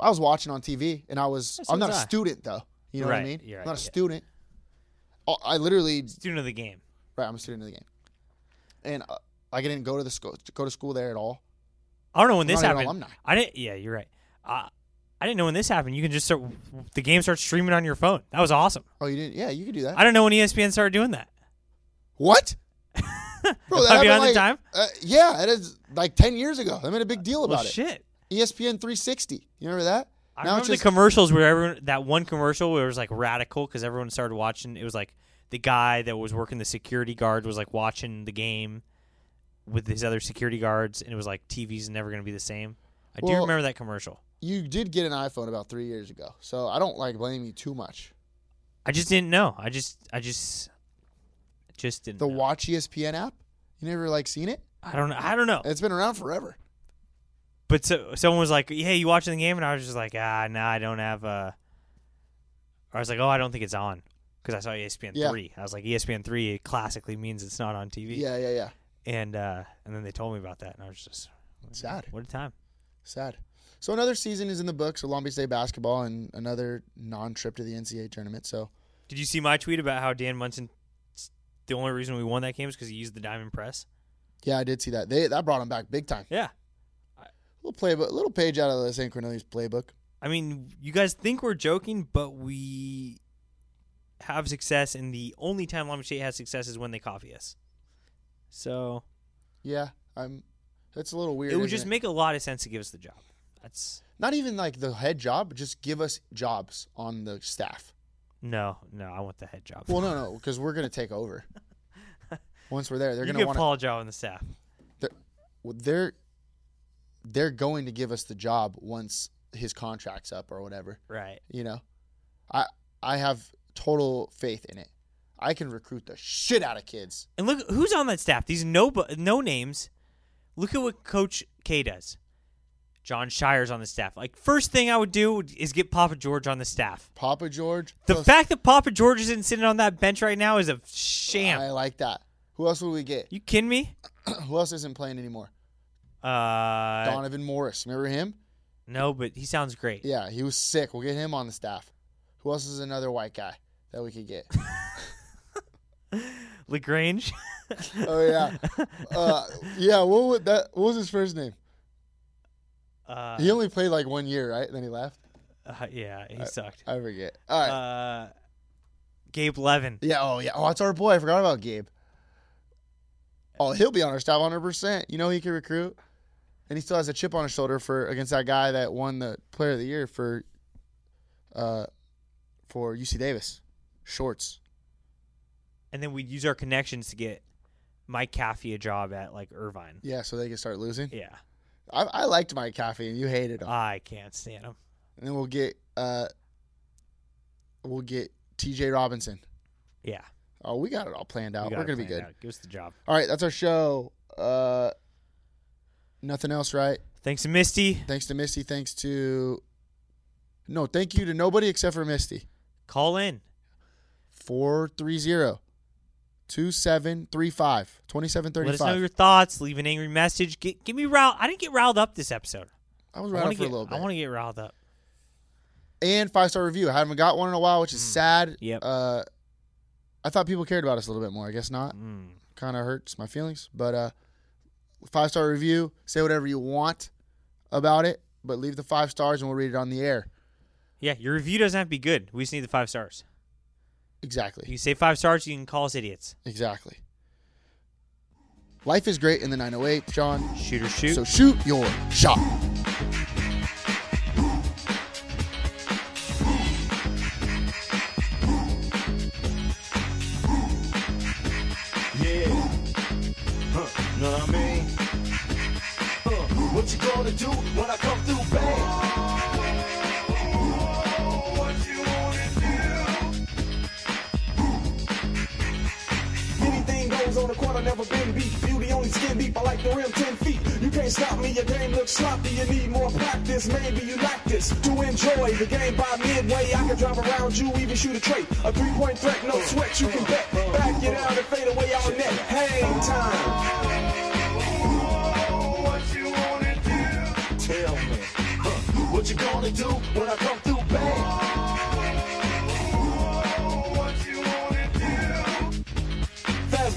S2: I was watching on TV and I was
S3: Yes,
S2: I'm not a
S3: was I.
S2: student though. You know what I
S3: Right,
S2: mean?
S3: you're
S2: I'm
S3: right,
S2: not a
S3: yeah.
S2: student. Oh, I literally
S3: Student of the game.
S2: right. I'm a student of the game, and uh, like I didn't go to the school go to school there at all.
S3: I don't know when
S2: I'm
S3: this
S2: not even
S3: happened.
S2: alumni.
S3: I didn't. Yeah, you're right. I I didn't know when this happened. You can just start. The game starts streaming on your phone. That was awesome.
S2: Oh, you didn't? Yeah, you could do that.
S3: I don't know when E ESPN started doing that.
S2: what? Bro,
S3: Am I behind
S2: like,
S3: the time?
S2: Uh, yeah, that is like ten years ago. I made a big deal about
S3: Well,
S2: it. E
S3: shit.
S2: ESPN 360. You remember that?
S3: I
S2: now
S3: remember
S2: it's
S3: the
S2: just
S3: commercials where everyone that one commercial where it was like radical because everyone started watching. It was like the guy that was working the security guard was like watching the game with his other security guards, and it was like TV's never going to be the same. I do
S2: Well-
S3: remember that commercial.
S2: you did get an iPhone about three years ago, so I don't like blame you too much.
S3: I just didn't know. I just, I just, just didn't.
S2: The
S3: know.
S2: Watch E ESPN app, you never like seen it?
S3: I don't know. I don't know.
S2: It's been around forever.
S3: But so someone was like, "Hey, you watching the game?" And I was just like, "Ah, no, I don't have uh I was like, "Oh, I don't think it's on," because I saw E ESPN
S2: Yeah.
S3: three. I was like, E "ESPN three classically means it's not on TV."
S2: Yeah, yeah, yeah.
S3: And uh, and then they told me about that, and I was just,
S2: Sad,
S3: "What a time!"
S2: sad. So another season is in the books of Long Beach State basketball and another non-trip to the NCAA tournament. So
S3: Did you see my tweet about how Dan Munson? The only reason we won that game is because he used the diamond press.
S2: yeah, I did see that. They that brought them back big time.
S3: Yeah,
S2: Little playbook, little page out of the St. Cornelius playbook.
S3: I mean, you guys think we're joking, but we have success, and the only time Long Beach State has success is when they copy us. So
S2: Yeah, I'm. That's a little weird.
S3: it would
S2: isn't
S3: just make a lot of sense to give us the job. That's
S2: not even like the head job. Just give us jobs on the staff.
S3: no, no. I want the head job.
S2: Well, no, no, because we're gonna take over. Once we're there, they're
S3: you
S2: gonna
S3: give
S2: want to.
S3: Paul a job on the staff.
S2: they're well, they're they're going to give us the job once his contract's up or whatever.
S3: Right.
S2: You know, I I have total faith in it. I can recruit the shit out of kids.
S3: And look who's on that staff. These no bu- no names. Look at what Coach K does. John Shire's on the staff. Like first thing I would do would- is get Papa George on the staff.
S2: Papa George.
S3: The
S2: who else-
S3: fact that Papa George isn't sitting on that bench right now is a sham.
S2: I like that. Who else will we get?
S3: you kidding me?
S2: Who else isn't playing anymore?
S3: Uh,
S2: Donovan Morris. Remember him?
S3: no, but he sounds great.
S2: Yeah, he was sick. We'll get him on the staff. Who else is another white guy that we could get?
S3: Lagrange.
S2: oh yeah, uh, yeah. What would that? What was his first name?
S3: Uh,
S2: He only played like one year, right? Then he left.
S3: uh, yeah, he sucked.
S2: I forget. All right.
S3: Uh, Gabe Levin.
S2: yeah. Oh yeah. Oh, that's our boy. I forgot about Gabe. Oh, he'll be on our staff 100. percent You know who he could recruit. and he still has a chip on his shoulder for against that guy that won the Player of the Year for, uh, for UC Davis, Shorts.
S3: and then we'd use our connections to get Mike Caffey a job at like Irvine.
S2: Yeah, so they can start losing.
S3: Yeah,
S2: I, I liked Mike Coffee, and you hated him.
S3: I can't stand him.
S2: and then we'll get uh, we'll get T.J. Robinson.
S3: Yeah,
S2: Oh, we got it all planned out.
S3: we
S2: We
S3: got
S2: are
S3: it
S2: gonna be
S3: planned
S2: good.
S3: out. Give us the job.
S2: All right, that's our show. Uh, nothing else, right?
S3: Thanks to Misty.
S2: Thanks to Misty. Thanks to no, thank you to nobody except for Misty.
S3: Call in.
S2: 430 2735
S3: Let us know
S2: 2735.
S3: your thoughts. Leave an angry message. Get, get me riled. I didn't get riled up this episode.
S2: I was
S3: I
S2: right up
S3: want to
S2: for
S3: get.
S2: a little
S3: I want
S2: bit.
S3: to get riled up.
S2: And five star review. I haven't got one in a while, which is sad.
S3: Mm. Yep.
S2: Uh, I thought people cared about us a little bit more. I guess not.
S3: Mm.
S2: Kind of hurts my feelings. But uh, five star review. Say whatever you want about it, but leave the five stars and we'll read it on the air.
S3: Yeah, your review doesn't have to be good. We just need the five stars.
S2: Exactly.
S3: You say five stars, you can call us idiots.
S2: Exactly. Life is great in the 908, Sean.
S3: Shoot or shoot.
S2: So shoot your shot.
S7: Yeah. Huh, know what I mean? Huh, what you gonna do when I come through, babe? What you wanna do? Anything goes on the court, I never been beat. Beauty only skin deep, I like the rim 10 feet. You can't stop me, your game looks sloppy. You need more practice, maybe you like this. To enjoy the game by midway, I can drive around you, even shoot a trait. A three point threat, no sweat, you can bet. Back it out and fade away all net. Hang time. What you wanna do? Tell me. Huh, what you gonna do when I come through, babe? What you wanna do? Fast